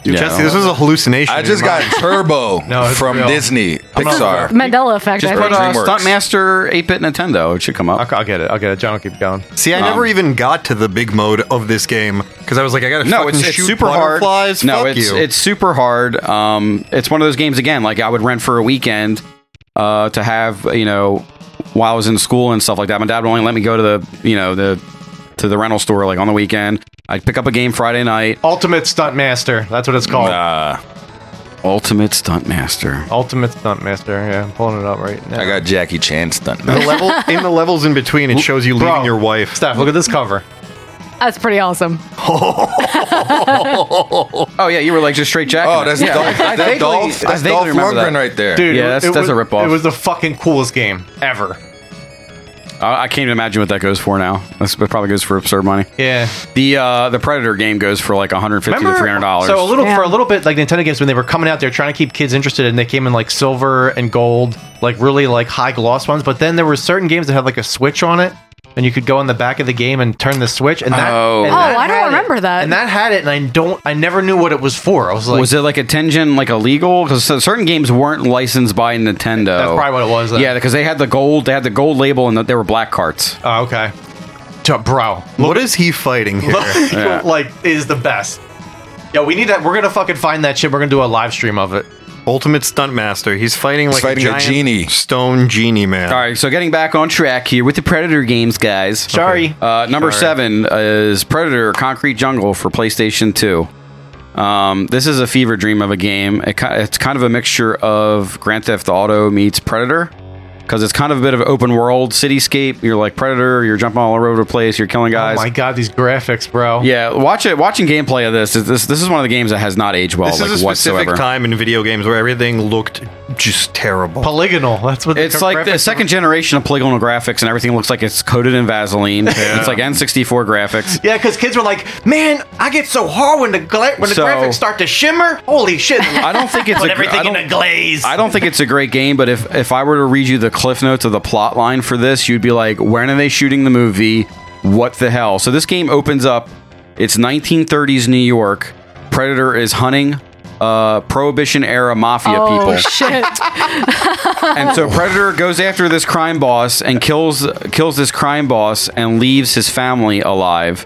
[SPEAKER 5] Dude,
[SPEAKER 3] Yeah.
[SPEAKER 5] Jesse, this is a hallucination.
[SPEAKER 3] I
[SPEAKER 5] in
[SPEAKER 3] just
[SPEAKER 5] your
[SPEAKER 3] got
[SPEAKER 5] mind.
[SPEAKER 3] Turbo
[SPEAKER 2] No, it's
[SPEAKER 3] from
[SPEAKER 2] real.
[SPEAKER 3] Disney, Pixar.
[SPEAKER 4] The Mandela effect.
[SPEAKER 6] Just
[SPEAKER 4] I
[SPEAKER 6] put
[SPEAKER 4] think.
[SPEAKER 3] uh,
[SPEAKER 6] a
[SPEAKER 3] DreamWorks.
[SPEAKER 6] Stuntmaster 8-bit Nintendo. It should come up.
[SPEAKER 2] I'll, I'll get it. I'll get it. John will keep going.
[SPEAKER 5] See, I
[SPEAKER 2] um,
[SPEAKER 5] never even got to the big mode of this game because I was like, I gotta
[SPEAKER 6] no,
[SPEAKER 5] fucking
[SPEAKER 6] it's, it's
[SPEAKER 5] shoot
[SPEAKER 6] super hard.
[SPEAKER 5] butterflies.
[SPEAKER 6] No,
[SPEAKER 5] Fuck
[SPEAKER 6] it's
[SPEAKER 5] you.
[SPEAKER 6] it's super hard. Um, it's one of those games again. Like I would rent for a weekend uh, to have you know while I was in school and stuff like that. My dad would only let me go to the you know the to the rental store like on the weekend. I'd pick up a game Friday night.
[SPEAKER 2] Ultimate Stunt Master. That's what it's called.
[SPEAKER 3] Nah,
[SPEAKER 6] Ultimate Stuntmaster.
[SPEAKER 2] Ultimate Stunt Master. Yeah, I'm pulling it up right now.
[SPEAKER 3] I got Jackie Chan stunt.
[SPEAKER 5] the level in the levels in between. It shows you leaving
[SPEAKER 2] Bro,
[SPEAKER 5] your wife.
[SPEAKER 2] Steph, look at this cover.
[SPEAKER 4] That's pretty awesome.
[SPEAKER 6] Oh yeah, you were like just straight jacket.
[SPEAKER 3] Oh, that's
[SPEAKER 6] yeah.
[SPEAKER 3] Dolph.
[SPEAKER 6] I
[SPEAKER 3] That's
[SPEAKER 6] vaguely-
[SPEAKER 3] Dolph.
[SPEAKER 6] I
[SPEAKER 3] That's
[SPEAKER 6] vaguely
[SPEAKER 3] Dolph
[SPEAKER 6] remember
[SPEAKER 3] Lundgren
[SPEAKER 6] that.
[SPEAKER 3] right there.
[SPEAKER 2] Dude,
[SPEAKER 6] Yeah, that's-
[SPEAKER 2] it
[SPEAKER 6] that's a
[SPEAKER 2] was-
[SPEAKER 6] ripoff.
[SPEAKER 2] It was the fucking coolest game ever.
[SPEAKER 6] I, I can't even imagine what that goes for now. That's, it probably goes for absurd money.
[SPEAKER 2] Yeah.
[SPEAKER 6] The uh, the Predator game goes for like 150 to 300 dollars.
[SPEAKER 2] So a little
[SPEAKER 4] Yeah.
[SPEAKER 2] for a little bit, like Nintendo games when they were coming out, they were trying to keep kids interested, and they came in like silver and gold, like really like high gloss ones. But then there were certain games that had like a switch on it, and you could go in the back of the game and turn the switch. And that,
[SPEAKER 3] Oh.
[SPEAKER 2] and
[SPEAKER 3] Oh,
[SPEAKER 2] that
[SPEAKER 4] I don't
[SPEAKER 2] had it.
[SPEAKER 4] remember that.
[SPEAKER 2] And that had it, and I don't, I never knew what it was for. I was like,
[SPEAKER 6] was it like a tension, like illegal? Because certain games weren't licensed by Nintendo.
[SPEAKER 2] That's probably what it was then.
[SPEAKER 6] Yeah, because they had the gold, they had the gold label, and that they were black carts.
[SPEAKER 2] oh, okay, T- bro,
[SPEAKER 5] What is he fighting here?
[SPEAKER 6] Yeah.
[SPEAKER 2] like is the best. Yo, we need that. We're gonna fucking find that shit. We're gonna do a live stream of it.
[SPEAKER 5] Ultimate stuntmaster. He's fighting like
[SPEAKER 3] fighting a
[SPEAKER 5] a, giant
[SPEAKER 3] genie.
[SPEAKER 5] stone genie man.
[SPEAKER 6] All right, so getting back on track here with the Predator games, guys.
[SPEAKER 2] Sorry.
[SPEAKER 6] Uh, number seven is Predator Concrete Jungle for PlayStation 2. Um, this is a fever dream of a game. It, ki- it's kind of a mixture of Grand Theft Auto meets Predator because it's kind of a bit of an open world cityscape. You're like Predator, you're jumping all over the place, you're killing
[SPEAKER 2] Oh
[SPEAKER 6] guys.
[SPEAKER 2] my god, these graphics, bro.
[SPEAKER 6] yeah, watch it. Watching gameplay of this, this this is one of the games that has not aged
[SPEAKER 3] Oh,
[SPEAKER 6] well,
[SPEAKER 5] This
[SPEAKER 6] like
[SPEAKER 5] is a specific
[SPEAKER 6] whatsoever.
[SPEAKER 5] time in video games where everything looked just terrible.
[SPEAKER 2] polygonal. That's what the
[SPEAKER 6] It's like the
[SPEAKER 2] graphics-
[SPEAKER 6] second generation of polygonal graphics, and everything looks like it's coated in Vaseline. It's like N64 graphics.
[SPEAKER 2] Yeah, because kids were like, "Man, I get so hard when the gla- when the
[SPEAKER 6] So-
[SPEAKER 2] graphics start to shimmer. Holy shit!
[SPEAKER 6] I don't think it's
[SPEAKER 2] Put
[SPEAKER 6] a, gr- I
[SPEAKER 2] everything in
[SPEAKER 6] don't-
[SPEAKER 2] a glaze."
[SPEAKER 6] I don't think it's a great game, but if if I were to read you the cliff notes of the plot line for this, you'd be like, when are they shooting the movie? What the hell? So this game opens up. It's 1930s New York. Predator is hunting uh, Prohibition era mafia
[SPEAKER 4] Oh
[SPEAKER 6] people,
[SPEAKER 4] shit!
[SPEAKER 6] and so Predator goes after this crime boss and kills kills this crime boss and leaves his family alive.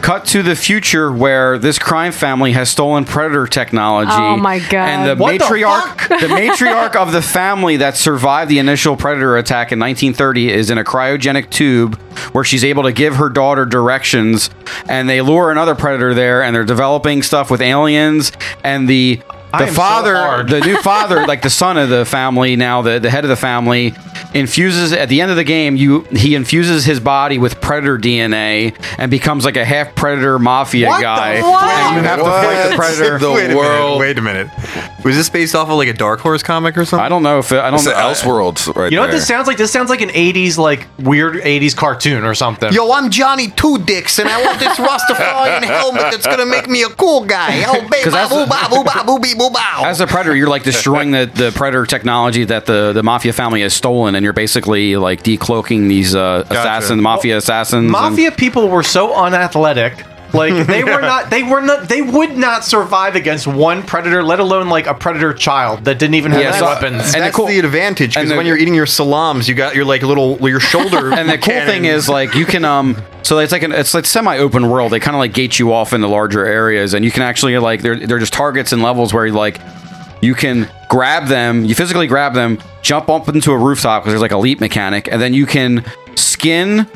[SPEAKER 6] Cut to the future where this crime family has stolen predator technology.
[SPEAKER 4] Oh my God.
[SPEAKER 6] And the
[SPEAKER 2] What the
[SPEAKER 6] matriarch, the, matriarch of the family that survived the initial predator attack in 1930 is in a cryogenic tube where she's able to give her daughter directions. And they lure another predator there, and they're developing stuff with aliens. And the
[SPEAKER 2] I
[SPEAKER 6] the
[SPEAKER 2] am so
[SPEAKER 6] father,
[SPEAKER 2] hard.
[SPEAKER 6] the new father, like the son of the family now, the, the head of the family, infuses at the end of the game. You he infuses his body with predator DNA and becomes like a half predator mafia guy. And you have to fight the predator.
[SPEAKER 3] The
[SPEAKER 5] wait a
[SPEAKER 3] world.
[SPEAKER 5] Minute, wait a minute. Was this based off of like a Dark Horse comic or something?
[SPEAKER 6] I don't know if it, I don't
[SPEAKER 3] It's the
[SPEAKER 6] know.
[SPEAKER 3] Elseworlds right
[SPEAKER 2] uh, you know what
[SPEAKER 3] there.
[SPEAKER 2] this sounds like? This sounds like an '80s like weird '80s cartoon or something.
[SPEAKER 5] Yo, I'm Johnny Two Dicks, and I want this Rastafarian helmet that's gonna make me a cool guy. Oh, baby,
[SPEAKER 6] 'Cause that's-
[SPEAKER 5] boo, ba, boo, ba, boo, bee, boo, bow.
[SPEAKER 6] As a predator, you're like destroying the, the predator technology that the, the mafia family has stolen, and you're basically like decloaking these uh, assassin mafia assassins.
[SPEAKER 2] Mafia people were so unathletic. Like they were not. They were not. They would not survive against one predator, let alone like a predator child that didn't even have
[SPEAKER 6] Yeah,
[SPEAKER 2] any
[SPEAKER 6] so-
[SPEAKER 2] weapons.
[SPEAKER 6] and-
[SPEAKER 5] that's
[SPEAKER 6] the cool-
[SPEAKER 5] the advantage
[SPEAKER 6] and
[SPEAKER 5] because
[SPEAKER 6] the-
[SPEAKER 5] when you're eating your salams, you got your like little your shoulder.
[SPEAKER 6] And, and the cool thing
[SPEAKER 5] cannons.
[SPEAKER 6] is like you can um so it's like an it's like semi open world. They kind of like gate you off into larger areas, and you can actually like they're they're just targets and levels where you like you can grab them, you physically grab them, jump up into a rooftop because there's like a leap mechanic, and then you can skin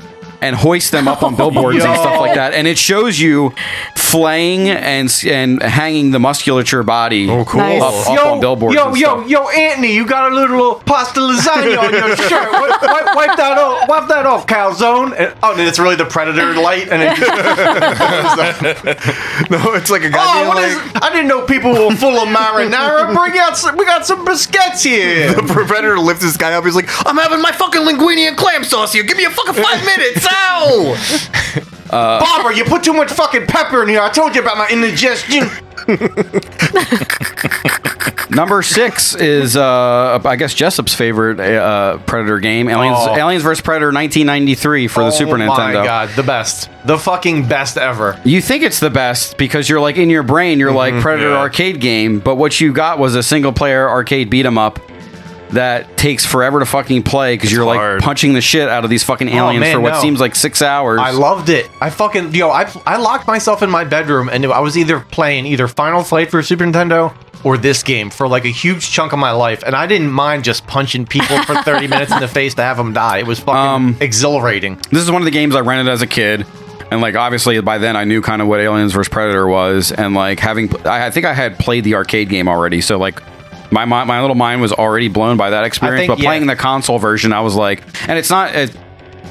[SPEAKER 6] and hoist them up on billboards and stuff like that. And it shows you flaying and s- and hanging the musculature body
[SPEAKER 4] Nice.
[SPEAKER 6] up, up on billboards.
[SPEAKER 2] yo,
[SPEAKER 6] and
[SPEAKER 2] yo,
[SPEAKER 6] stuff.
[SPEAKER 2] yo, Anthony, you got a little pasta lasagna on your shirt. Wipe, wipe, wipe that off. Wipe that off, calzone. And, oh, and it's really the predator light, and it just
[SPEAKER 5] no, it's like a
[SPEAKER 2] Oh,
[SPEAKER 5] goddamn
[SPEAKER 2] what is?
[SPEAKER 5] like
[SPEAKER 2] I didn't know people were full of marinara. Bring out some. We got some biscuits here.
[SPEAKER 5] the predator lifts this guy up. He's like, I'm having my fucking linguine and clam sauce here. Give me a fucking five minutes. Ow!
[SPEAKER 2] Barbara, you put too much fucking pepper in here. I told you about my indigestion.
[SPEAKER 6] Number six is, uh, I guess, Jessup's favorite uh, Predator game, Aliens,
[SPEAKER 2] Oh.
[SPEAKER 6] Aliens vs. Predator 1993 for the Super
[SPEAKER 2] Oh my
[SPEAKER 6] Nintendo.
[SPEAKER 2] god, the best. The fucking best ever.
[SPEAKER 6] You think it's the best because you're like in your brain, you're
[SPEAKER 2] Mm-hmm.
[SPEAKER 6] like Predator arcade game, but what you got was a single player arcade beat 'em up that takes forever to fucking play because you're
[SPEAKER 8] hard.
[SPEAKER 6] like punching the shit out of these fucking aliens
[SPEAKER 2] Oh, man,
[SPEAKER 6] for what
[SPEAKER 2] no.
[SPEAKER 6] seems like six hours.
[SPEAKER 2] I loved it. I fucking yo, I I locked myself in my bedroom and I was either playing either Final Fight for Super Nintendo or this game for like a huge chunk of my life, and I didn't mind just punching people for thirty minutes in the face to have them die. It was fucking exhilarating.
[SPEAKER 6] this is one of the games I rented as a kid. And like obviously by then I knew kind of what Aliens vs Predator was, and like having I I think I had played the arcade game already, so like my mi- my little mind was already blown by that experience.
[SPEAKER 2] think,
[SPEAKER 6] but
[SPEAKER 2] yeah.
[SPEAKER 6] playing the console version, I was like, and it's not it,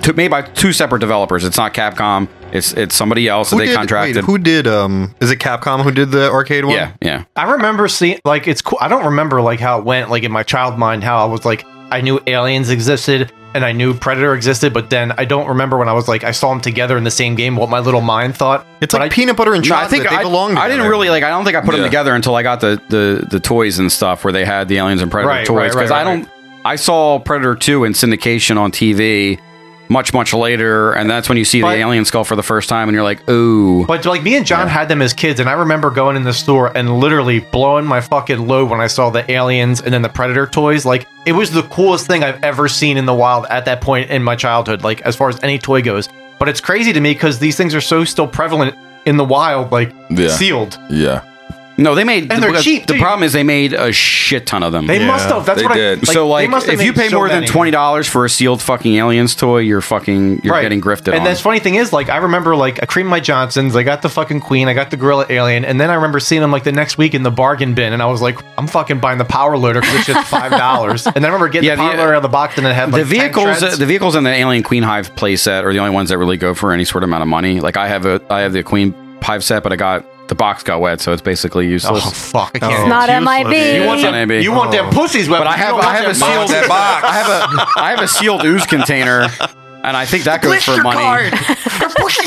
[SPEAKER 6] to, made by two separate developers. It's not Capcom. It's it's somebody else that they
[SPEAKER 5] did,
[SPEAKER 6] contracted.
[SPEAKER 5] wait, who did? Um, is it Capcom who did the arcade one?
[SPEAKER 6] yeah, yeah.
[SPEAKER 2] I remember seeing like it's cool. I don't remember like how it went like in my child mind how I was like I knew aliens existed and I knew Predator existed, but then I don't remember when I was like I saw them together in the same game. What my little mind thought.
[SPEAKER 5] It's
[SPEAKER 2] But
[SPEAKER 5] like
[SPEAKER 2] I-
[SPEAKER 5] peanut butter and
[SPEAKER 6] No,
[SPEAKER 5] chocolate.
[SPEAKER 6] I think
[SPEAKER 5] they
[SPEAKER 6] I,
[SPEAKER 5] belong.
[SPEAKER 6] I didn't
[SPEAKER 5] together.
[SPEAKER 6] really like. I don't think I put them
[SPEAKER 3] Yeah.
[SPEAKER 6] together until I got the, the the toys and stuff where they had the aliens and predator
[SPEAKER 2] Right,
[SPEAKER 6] toys
[SPEAKER 2] right, right,
[SPEAKER 6] because
[SPEAKER 2] right.
[SPEAKER 6] I don't. I saw Predator Two in syndication on TV much much later, and that's when you see
[SPEAKER 2] But-
[SPEAKER 6] the alien skull for the first time, and you're like, ooh.
[SPEAKER 2] But like me and John had them as kids, and I remember going in the store and literally blowing my fucking load when I saw the aliens and then the predator toys. Like it was the coolest thing I've ever seen in the wild at that point in my childhood. Like as far as any toy goes, but it's crazy to me because these things are so still prevalent in the wild, like
[SPEAKER 3] Yeah.
[SPEAKER 2] sealed.
[SPEAKER 3] Yeah.
[SPEAKER 6] no, they made
[SPEAKER 2] And they're
[SPEAKER 6] because
[SPEAKER 2] cheap,
[SPEAKER 6] The
[SPEAKER 2] too.
[SPEAKER 6] problem is they made a shit ton of them.
[SPEAKER 2] They must have. That's
[SPEAKER 3] they
[SPEAKER 2] what
[SPEAKER 3] did.
[SPEAKER 2] I
[SPEAKER 6] so
[SPEAKER 2] they
[SPEAKER 6] like,
[SPEAKER 2] must have
[SPEAKER 6] if you
[SPEAKER 2] made
[SPEAKER 6] pay
[SPEAKER 2] so
[SPEAKER 6] more
[SPEAKER 2] many.
[SPEAKER 6] than twenty dollars for a sealed fucking aliens toy, you're fucking you're
[SPEAKER 2] Right.
[SPEAKER 6] getting grifted.
[SPEAKER 2] And
[SPEAKER 6] on.
[SPEAKER 2] that's funny thing is, like, I remember like I creamed my Johnsons, I got the fucking Queen, I got the Gorilla Alien, and then I remember seeing them like the next week in the bargain bin, and I was like, I'm fucking buying the Power Loader because it's just five dollars. and then I remember getting
[SPEAKER 6] Yeah,
[SPEAKER 2] the Power
[SPEAKER 6] the-
[SPEAKER 2] Loader out of the box, and it had like
[SPEAKER 6] the vehicles, uh, the vehicles in the Alien Queen Hive playset are the only ones that really go for any sort of amount of money. Like I have a, I have the Queen Hive set, but I got the box got wet, so it's basically useless.
[SPEAKER 2] oh fuck, I can't.
[SPEAKER 5] It's
[SPEAKER 4] Not
[SPEAKER 5] useless.
[SPEAKER 4] MIB.
[SPEAKER 2] you want
[SPEAKER 6] It's
[SPEAKER 2] them?
[SPEAKER 6] not MIB.
[SPEAKER 2] You want them pussies?
[SPEAKER 6] Oh. but I have, I have a sealed box. I have a, I have a sealed ooze container, and I think that goes for money.
[SPEAKER 2] That's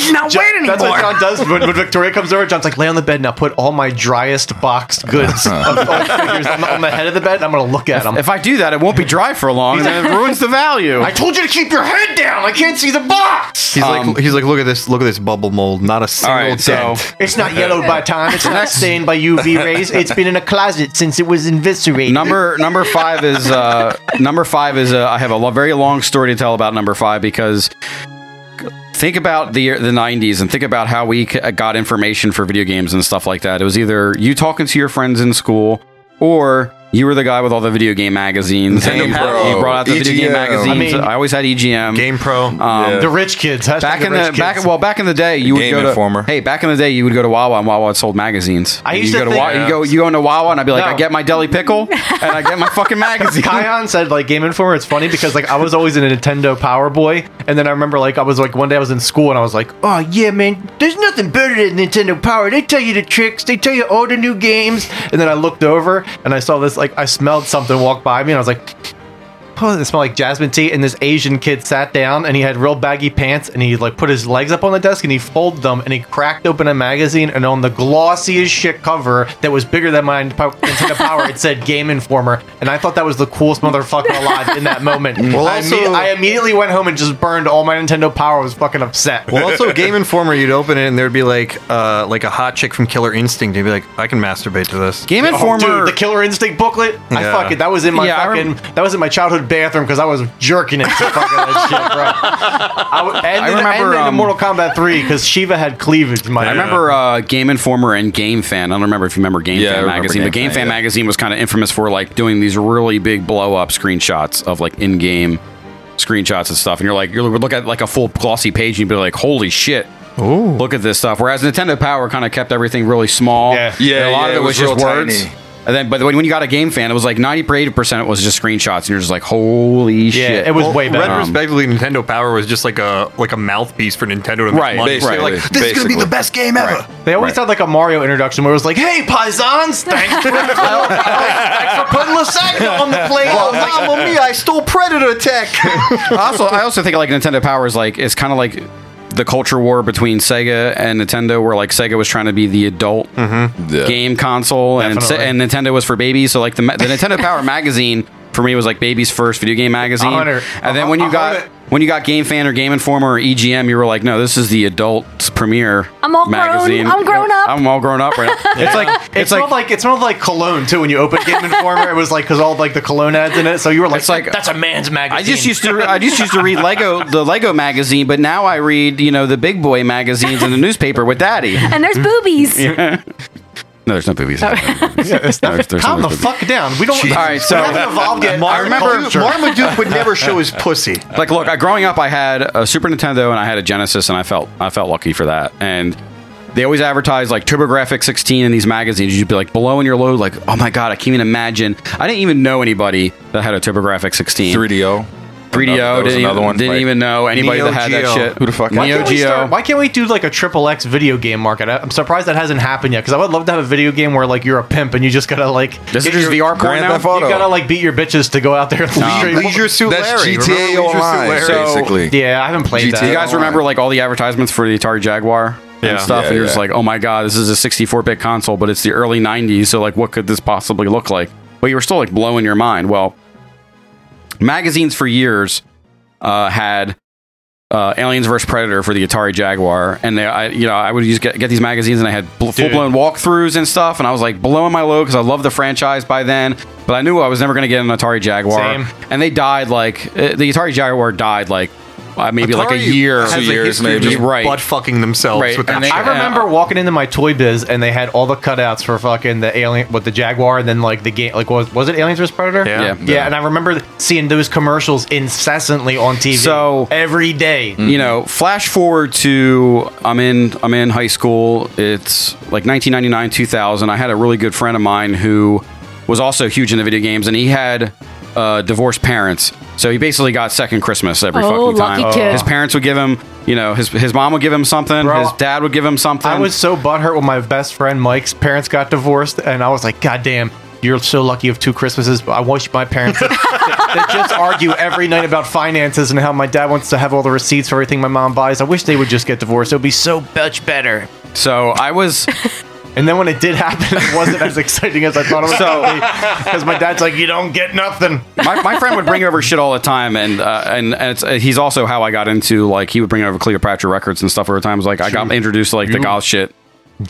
[SPEAKER 2] what John does when, when Victoria comes over. John's like, lay on the bed now. Put all my driest boxed goods of all figures on the, on the head of the bed. And I'm gonna look at them.
[SPEAKER 6] If I do that, it won't be dry for long, and then it ruins the value.
[SPEAKER 2] I told you to keep your head down. I can't see the box.
[SPEAKER 5] He's like, he's like, look at this, look at this bubble mold. Not a single
[SPEAKER 6] um, right, so-
[SPEAKER 5] dent.
[SPEAKER 2] It's not yellowed by time. It's not stained by UV rays. It's been in a closet since it was eviscerated.
[SPEAKER 6] number number five is uh number five is uh, I have a lo- very long story to tell about number five because think about the the 90s and think about how we c- uh, got information for video games and stuff like that it was either you talking to your friends in school or you were the guy with all the video game magazines
[SPEAKER 3] Nintendo
[SPEAKER 6] you,
[SPEAKER 3] Pro,
[SPEAKER 6] you brought out the video game
[SPEAKER 3] EGM.
[SPEAKER 6] magazines I,
[SPEAKER 2] I mean-
[SPEAKER 6] always had E EGM
[SPEAKER 5] Game Pro.
[SPEAKER 6] um,
[SPEAKER 2] the rich kids. Hashtag
[SPEAKER 6] Back in the
[SPEAKER 2] rich kids.
[SPEAKER 6] back, well, back in the day, you would
[SPEAKER 3] Game
[SPEAKER 6] go to
[SPEAKER 3] Informer.
[SPEAKER 6] Hey, back in the day, you would go to Wawa and Wawa sold magazines.
[SPEAKER 2] I
[SPEAKER 6] You
[SPEAKER 2] used to
[SPEAKER 6] go
[SPEAKER 2] think-
[SPEAKER 6] Wawa, you go you go into Wawa and I'd be like,
[SPEAKER 2] No.
[SPEAKER 6] I get my deli pickle and I get my fucking magazine.
[SPEAKER 2] Kion said like Game Informer. It's funny because like I was always a Nintendo Power Boy, and then I remember like I was like one day I was in school and I was like, oh yeah man, there's nothing better than Nintendo Power. They tell you the tricks, they tell you all the new games, and then I looked over and I saw this like I smelled something walk by me and I was like. Oh, it smelled like jasmine tea, and this Asian kid sat down, and he had real baggy pants, and he like put his legs up on the desk, and he folded them, and he cracked open a magazine, and on the glossiest shit cover that was bigger than my Nintendo Power, it said Game Informer, and I thought that was the coolest motherfucker alive in that moment. Well, I,
[SPEAKER 5] Mm. also-
[SPEAKER 2] imme- I immediately went home and just burned all my Nintendo Power. I was fucking upset.
[SPEAKER 5] Well, also Game Informer, you'd open it and there'd be like, uh, like a hot chick from Killer Instinct. You'd be like, I can masturbate to this.
[SPEAKER 6] Game
[SPEAKER 2] Oh,
[SPEAKER 6] Informer.
[SPEAKER 2] dude, the Killer Instinct booklet. I
[SPEAKER 5] Yeah.
[SPEAKER 2] fucking that was in my
[SPEAKER 6] Yeah, I
[SPEAKER 2] fucking
[SPEAKER 6] rem-
[SPEAKER 2] that was in my childhood bathroom because I was jerking it to fucking that shit, bro. I w- and then,
[SPEAKER 6] remember,
[SPEAKER 2] and then the
[SPEAKER 6] um,
[SPEAKER 2] Mortal Kombat three because Shiva had cleavage. My
[SPEAKER 6] I remember uh, Game Informer and Game Fan. I don't remember if you remember Game
[SPEAKER 3] Yeah, I
[SPEAKER 6] Fan
[SPEAKER 3] remember
[SPEAKER 6] magazine,
[SPEAKER 3] Game
[SPEAKER 6] but Game
[SPEAKER 3] Fan,
[SPEAKER 6] Fan
[SPEAKER 3] yeah.
[SPEAKER 6] magazine was kind of infamous for like doing these really big blow up screenshots of like in game screenshots and stuff. And you're like, you would look at like a full glossy page and you'd be like, holy shit. Look at this stuff. Whereas Nintendo Power kind of kept everything really small.
[SPEAKER 2] Yeah.
[SPEAKER 3] Yeah,
[SPEAKER 6] And a lot
[SPEAKER 3] yeah,
[SPEAKER 6] of it
[SPEAKER 3] it
[SPEAKER 6] was,
[SPEAKER 3] was
[SPEAKER 6] just
[SPEAKER 3] real
[SPEAKER 6] words.
[SPEAKER 3] tiny.
[SPEAKER 6] And then, but when when you got a game fan, it was like 98% it was just screenshots. And you're just like, holy
[SPEAKER 2] yeah,
[SPEAKER 6] shit.
[SPEAKER 2] it was way
[SPEAKER 5] Retrospectively,
[SPEAKER 2] better.
[SPEAKER 6] Um,
[SPEAKER 5] Nintendo Power was just like a like a mouthpiece for Nintendo to make
[SPEAKER 6] Right,
[SPEAKER 5] money.
[SPEAKER 3] basically,
[SPEAKER 5] They're like, this is gonna be
[SPEAKER 3] basically.
[SPEAKER 5] the best game ever.
[SPEAKER 2] They always had like a Mario introduction where it was like, "Hey, paisans, thanks for, thanks for putting lasagna on the plate." I was like,
[SPEAKER 5] Mamma mia! I stole Predator Tech.
[SPEAKER 6] also, I also think like Nintendo Power is like it's kind of like the culture war between Sega and Nintendo, where like Sega was trying to be the adult
[SPEAKER 3] Mm-hmm. Yeah.
[SPEAKER 6] game console, and, Se- and Nintendo was for babies. So like the, ma- the Nintendo Power magazine for me was like baby's first video game magazine.
[SPEAKER 2] hundred.
[SPEAKER 6] And then when you got when you got Game Fan or Game Informer or EGM, you were like, no, this is the adult's premiere.
[SPEAKER 4] I'm all grown.
[SPEAKER 6] magazine.
[SPEAKER 4] I'm grown up.
[SPEAKER 6] I'm all grown up. Right. now. It's like it's,
[SPEAKER 2] It's, like, smelled
[SPEAKER 6] like.
[SPEAKER 2] like it smelled like cologne too. When you opened Game Informer, it was like because all like the cologne ads in it. So you were like,
[SPEAKER 6] It's like
[SPEAKER 7] That's a man's magazine.
[SPEAKER 6] I just used to re- I just used to read Lego the Lego magazine, but now I read you know the big boy magazines in the newspaper with Daddy.
[SPEAKER 4] and there's boobies.
[SPEAKER 6] No, there's no boobies. There's- there's
[SPEAKER 2] calm the
[SPEAKER 6] always
[SPEAKER 2] fuck down. We don't.
[SPEAKER 6] All right, so-
[SPEAKER 2] we haven't evolved yet.
[SPEAKER 5] Mar-
[SPEAKER 2] I remember.
[SPEAKER 5] Marmaduke, Marmaduke would never show his pussy.
[SPEAKER 6] like look I, growing up i had a super nintendo and i had a genesis and i felt i felt lucky for that and they always advertise like TurboGrafx 16 in these magazines. You'd be like blowing your load, like, oh my God, I can't even imagine. I didn't even know anybody that had a TurboGrafx 16.
[SPEAKER 3] 3DO.
[SPEAKER 6] 3DO,
[SPEAKER 3] That was
[SPEAKER 6] didn't,
[SPEAKER 3] another one,
[SPEAKER 6] didn't
[SPEAKER 3] like-
[SPEAKER 6] even know anybody
[SPEAKER 5] Neo
[SPEAKER 6] that had
[SPEAKER 5] Geo.
[SPEAKER 6] that shit.
[SPEAKER 3] Who the fuck-
[SPEAKER 2] Why
[SPEAKER 6] Neo
[SPEAKER 2] can't, we
[SPEAKER 6] Geo.
[SPEAKER 2] start, why can't we do like a triple X video game market? I- I'm surprised that hasn't happened yet because I would love to have a video game where like you're a pimp and you just gotta like
[SPEAKER 6] This is
[SPEAKER 2] get
[SPEAKER 6] just
[SPEAKER 2] your-
[SPEAKER 6] VR porn
[SPEAKER 3] Grand
[SPEAKER 6] now?
[SPEAKER 3] Theft Auto.
[SPEAKER 2] You gotta like beat your bitches to go out there. And
[SPEAKER 5] Leisure Suit
[SPEAKER 3] That's
[SPEAKER 5] Larry.
[SPEAKER 3] GTA
[SPEAKER 5] Remember Leisure Suit
[SPEAKER 3] Online,
[SPEAKER 5] Larry?
[SPEAKER 3] so- basically.
[SPEAKER 2] Yeah, I haven't played
[SPEAKER 3] GTA.
[SPEAKER 6] You
[SPEAKER 2] that.
[SPEAKER 6] guys remember like all the advertisements for the Atari Jaguar
[SPEAKER 5] Yeah.
[SPEAKER 6] and stuff?
[SPEAKER 3] Yeah,
[SPEAKER 6] and you're just
[SPEAKER 3] yeah.
[SPEAKER 6] like, oh my God, this is a 64 bit console, but it's the early 90s. So, like, what could this possibly look like? But you were still like blowing your mind. Well, magazines for years uh, had uh, Aliens vs Predator for the Atari Jaguar, and they, I, you know, I would just get, get these magazines, and I had bl- full blown walkthroughs and stuff, and I was like blowing my load because I loved the franchise by then, but I knew I was never going to get an Atari Jaguar,
[SPEAKER 2] Same.
[SPEAKER 6] and they died like uh, the Atari Jaguar died like uh, maybe like a
[SPEAKER 5] Atari
[SPEAKER 6] year,
[SPEAKER 5] has
[SPEAKER 3] two
[SPEAKER 5] a
[SPEAKER 3] years,
[SPEAKER 5] history of
[SPEAKER 3] maybe.
[SPEAKER 5] just
[SPEAKER 6] Right.
[SPEAKER 5] butt fucking themselves
[SPEAKER 6] Right,
[SPEAKER 5] with
[SPEAKER 6] and
[SPEAKER 5] that
[SPEAKER 6] they-
[SPEAKER 5] shit.
[SPEAKER 2] I remember walking into my toy biz and they had all the cutouts for fucking the alien with the jaguar and then like the game like was was it Aliens vs Predator?
[SPEAKER 5] Yeah.
[SPEAKER 6] Yeah.
[SPEAKER 2] yeah. and I remember seeing those commercials incessantly on TV.
[SPEAKER 6] So- mm,
[SPEAKER 2] every day.
[SPEAKER 6] you know, flash forward to I'm in I'm in high school. It's like 1999, 2000. I had a really good friend of mine who was also huge into video games, and he had uh, divorced parents, so he basically got second Christmas every
[SPEAKER 4] Oh,
[SPEAKER 6] fucking time.
[SPEAKER 4] lucky kid.
[SPEAKER 6] His parents would give him, you know, his his mom would give him something,
[SPEAKER 2] Bro,
[SPEAKER 6] his dad would give him something.
[SPEAKER 2] I was so butthurt when my best friend Mike's parents got divorced, and I was like, God damn, you're so lucky you have two Christmases. But I wish my parents that that just argue every night about finances and how my dad wants to have all the receipts for everything my mom buys. I wish they would just get divorced. It would be so much better.
[SPEAKER 6] so I was
[SPEAKER 2] And then when it did happen, it wasn't as exciting as I thought it was
[SPEAKER 6] So-
[SPEAKER 2] going to be. Because my dad's like, you don't get nothing.
[SPEAKER 6] my, my friend would bring over shit all the time, and uh, and, and it's, uh, he's also how I got into like he would bring over Cleopatra records and stuff over time. It's Like I got introduced to like the goth shit,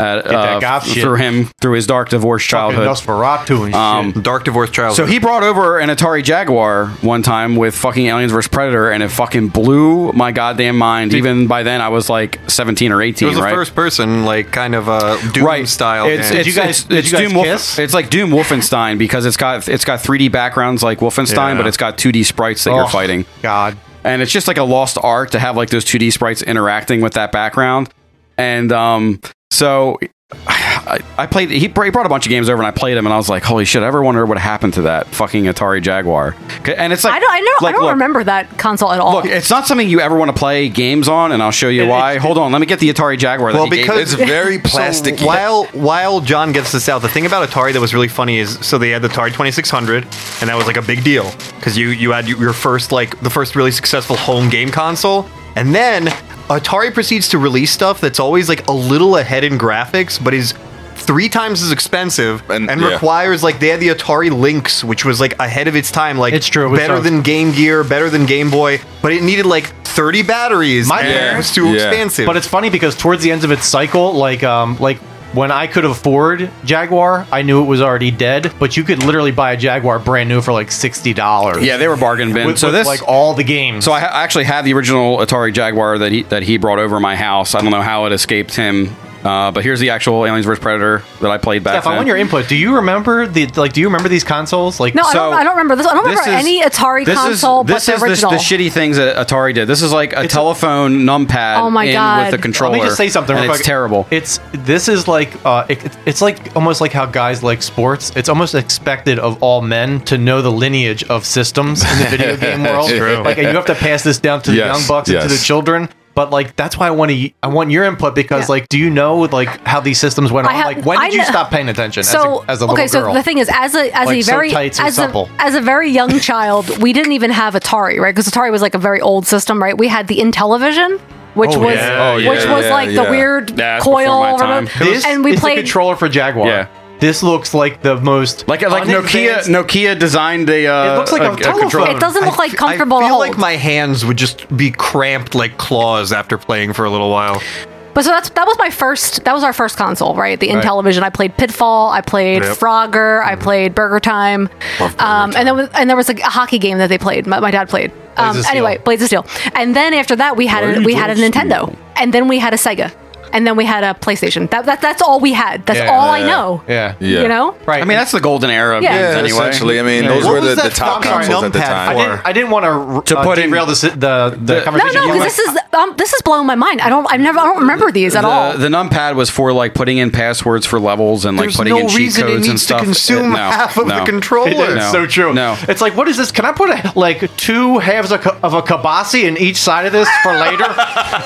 [SPEAKER 6] at, uh,
[SPEAKER 2] goth shit.
[SPEAKER 6] through him through his dark divorce
[SPEAKER 2] Fucking
[SPEAKER 6] childhood.
[SPEAKER 2] Nosferatu and shit.
[SPEAKER 5] Dark Divorce Child.
[SPEAKER 6] So he brought over an Atari Jaguar one time with fucking Aliens vs Predator, and it fucking blew my goddamn mind. Even by then, I was like seventeen or
[SPEAKER 5] it
[SPEAKER 6] eighteen.
[SPEAKER 5] was a
[SPEAKER 6] right?
[SPEAKER 5] first person, like kind of uh, Doom
[SPEAKER 6] right
[SPEAKER 5] style.
[SPEAKER 6] It's,
[SPEAKER 5] game.
[SPEAKER 6] it's,
[SPEAKER 2] you guys-
[SPEAKER 6] it's,
[SPEAKER 2] did
[SPEAKER 6] it's
[SPEAKER 2] you guys
[SPEAKER 6] Doom Wolf-
[SPEAKER 2] kiss?
[SPEAKER 6] it's like Doom Wolfenstein because it's got it's got 3D backgrounds like Wolfenstein,
[SPEAKER 5] Yeah.
[SPEAKER 6] but it's got 2D sprites that you're
[SPEAKER 2] Oh,
[SPEAKER 6] fighting.
[SPEAKER 2] God.
[SPEAKER 6] and it's just like a lost art to have like those 2D sprites interacting with that background. And um, so I, I played. He br- he brought a bunch of games over, and I played them, and I was like, "Holy shit!" I ever wonder what happened to that fucking Atari Jaguar. 'Kay, And it's like
[SPEAKER 4] I don't. I know. I
[SPEAKER 6] like,
[SPEAKER 4] don't
[SPEAKER 6] look,
[SPEAKER 4] remember that console at all.
[SPEAKER 6] Look, eh, it's not something you ever want to play games on, and I'll show you why. Hold on, let me get the Atari Jaguar. That
[SPEAKER 5] Well,
[SPEAKER 6] he gave
[SPEAKER 5] because-
[SPEAKER 6] me.
[SPEAKER 3] It's very plasticky.
[SPEAKER 5] So while while John gets this out, the thing about Atari that was really funny is so they had the Atari 2600, and that was like a big deal because you you had your first like the first really successful home game console, and then Atari proceeds to release stuff that's always like a little ahead in graphics, but is three times as expensive and,
[SPEAKER 3] And- yeah.
[SPEAKER 5] requires like they had the Atari Lynx, which was like ahead of its time, like
[SPEAKER 2] It's true, it was
[SPEAKER 5] better
[SPEAKER 2] so-
[SPEAKER 5] than Game Gear, better than Game Boy, but it needed like 30 batteries.
[SPEAKER 2] My
[SPEAKER 5] and it was
[SPEAKER 3] parents-
[SPEAKER 5] too
[SPEAKER 3] Yeah.
[SPEAKER 5] expensive.
[SPEAKER 2] But it's funny because towards the end of its cycle, like um, like when I could afford Jaguar, I knew it was already dead. But you could literally buy a Jaguar brand new for like sixty dollars.
[SPEAKER 6] yeah, they were bargain bin.
[SPEAKER 2] with,
[SPEAKER 6] so
[SPEAKER 2] with,
[SPEAKER 6] this
[SPEAKER 2] like all the games.
[SPEAKER 6] So I ha- I actually have the original Atari Jaguar that he that he brought over my house. I don't know how it escaped him, uh, but here's the actual Aliens vs Predator that I played back
[SPEAKER 2] Steph, I
[SPEAKER 6] then.
[SPEAKER 2] want your input. Do you remember the like? Do you remember these consoles? Like,
[SPEAKER 4] no, I,
[SPEAKER 6] So,
[SPEAKER 4] don't, I don't remember this. I don't remember
[SPEAKER 6] is-
[SPEAKER 4] any Atari
[SPEAKER 6] this is-
[SPEAKER 4] console
[SPEAKER 6] this
[SPEAKER 4] but
[SPEAKER 6] is
[SPEAKER 4] the original.
[SPEAKER 6] The, the shitty things that Atari did. This is like a telephone numpad.
[SPEAKER 4] Oh my
[SPEAKER 6] in
[SPEAKER 4] God.
[SPEAKER 6] With the
[SPEAKER 4] Let me
[SPEAKER 6] controller.
[SPEAKER 2] Let me just say something.
[SPEAKER 6] and
[SPEAKER 2] real
[SPEAKER 6] it's
[SPEAKER 2] quick.
[SPEAKER 6] terrible.
[SPEAKER 2] It's this is like uh, it, it's like almost like how guys like sports. It's almost expected of all men to know the lineage of systems in the video game world.
[SPEAKER 3] True.
[SPEAKER 2] Like and you have to pass this down to the
[SPEAKER 3] Yes,
[SPEAKER 2] young bucks and to
[SPEAKER 3] yes.
[SPEAKER 2] the children. But like that's why I want to I want your input because
[SPEAKER 4] Yeah.
[SPEAKER 2] like do you know like how these systems went
[SPEAKER 4] I
[SPEAKER 2] on?
[SPEAKER 4] have-
[SPEAKER 2] like when
[SPEAKER 4] I
[SPEAKER 2] did you
[SPEAKER 4] kn-
[SPEAKER 2] stop paying attention
[SPEAKER 4] so
[SPEAKER 2] as, a, as a little
[SPEAKER 4] okay,
[SPEAKER 2] girl?
[SPEAKER 4] so the thing is, as a as
[SPEAKER 2] Like,
[SPEAKER 4] a
[SPEAKER 2] so
[SPEAKER 4] very
[SPEAKER 2] tight, so
[SPEAKER 4] as a,
[SPEAKER 2] supple.
[SPEAKER 4] as a very young child, we didn't even have Atari, right? Because Atari was like a very old system, right? We had the Intellivision, which
[SPEAKER 2] Oh,
[SPEAKER 4] was
[SPEAKER 2] yeah.
[SPEAKER 3] Oh, yeah,
[SPEAKER 4] which was
[SPEAKER 3] yeah,
[SPEAKER 4] like
[SPEAKER 3] yeah.
[SPEAKER 4] the weird
[SPEAKER 7] Yeah, it's before my
[SPEAKER 4] coil,
[SPEAKER 7] time.
[SPEAKER 4] remote- and we
[SPEAKER 2] it's the
[SPEAKER 4] played.
[SPEAKER 2] controller for Jaguar.
[SPEAKER 6] Yeah.
[SPEAKER 2] This looks like the most
[SPEAKER 6] Like like Nokia
[SPEAKER 2] unadvanced-
[SPEAKER 6] Nokia designed a. Uh,
[SPEAKER 2] It looks like a telephone.
[SPEAKER 6] controller.
[SPEAKER 4] It doesn't look like comfortable
[SPEAKER 5] I
[SPEAKER 4] to
[SPEAKER 5] feel
[SPEAKER 4] hold.
[SPEAKER 5] like my hands would just be cramped like claws after playing for a little while.
[SPEAKER 4] But so that's that was my first. That was our first console, right? The Intellivision. I played Pitfall. I played
[SPEAKER 5] Yep.
[SPEAKER 4] Frogger. I played Burger Time. um, and then and there was like a hockey game that they played. My, my dad played. Um,
[SPEAKER 2] of Steel.
[SPEAKER 4] anyway, Blades of Steel. And then after that, we had a, we had a Nintendo, and then we had a Sega, and then we had a PlayStation. That, that that's all we had. That's
[SPEAKER 2] Yeah,
[SPEAKER 4] all I
[SPEAKER 3] yeah,
[SPEAKER 4] know.
[SPEAKER 2] Yeah.
[SPEAKER 3] Yeah.
[SPEAKER 4] You know.
[SPEAKER 2] Right.
[SPEAKER 6] I mean, that's the golden era of
[SPEAKER 4] Yeah.
[SPEAKER 6] games
[SPEAKER 3] Yeah,
[SPEAKER 6] anyway.
[SPEAKER 3] essentially. I mean, those
[SPEAKER 5] What
[SPEAKER 3] were the,
[SPEAKER 5] was
[SPEAKER 3] the
[SPEAKER 5] that
[SPEAKER 3] top
[SPEAKER 5] fucking
[SPEAKER 3] consoles at the
[SPEAKER 5] numpad
[SPEAKER 2] I
[SPEAKER 3] time.
[SPEAKER 5] for?
[SPEAKER 2] didn't, I didn't want to
[SPEAKER 6] To put in-
[SPEAKER 2] derail this- the, the,
[SPEAKER 4] No,
[SPEAKER 2] conversation.
[SPEAKER 4] no, because this is um, this is blowing my mind. I don't. I never. I don't remember these at
[SPEAKER 6] the,
[SPEAKER 4] all.
[SPEAKER 6] the numpad was for like putting in passwords for levels and like
[SPEAKER 5] There's
[SPEAKER 6] putting
[SPEAKER 5] no
[SPEAKER 6] in cheat
[SPEAKER 5] reason it
[SPEAKER 6] codes and
[SPEAKER 5] needs to
[SPEAKER 6] stuff. Uh,
[SPEAKER 5] consume half of the controller.
[SPEAKER 2] It is
[SPEAKER 6] No.
[SPEAKER 2] so true.
[SPEAKER 6] No.
[SPEAKER 2] It's like, what is this? Can I put a, like two halves of, ca- of a kabasi in each side of this for later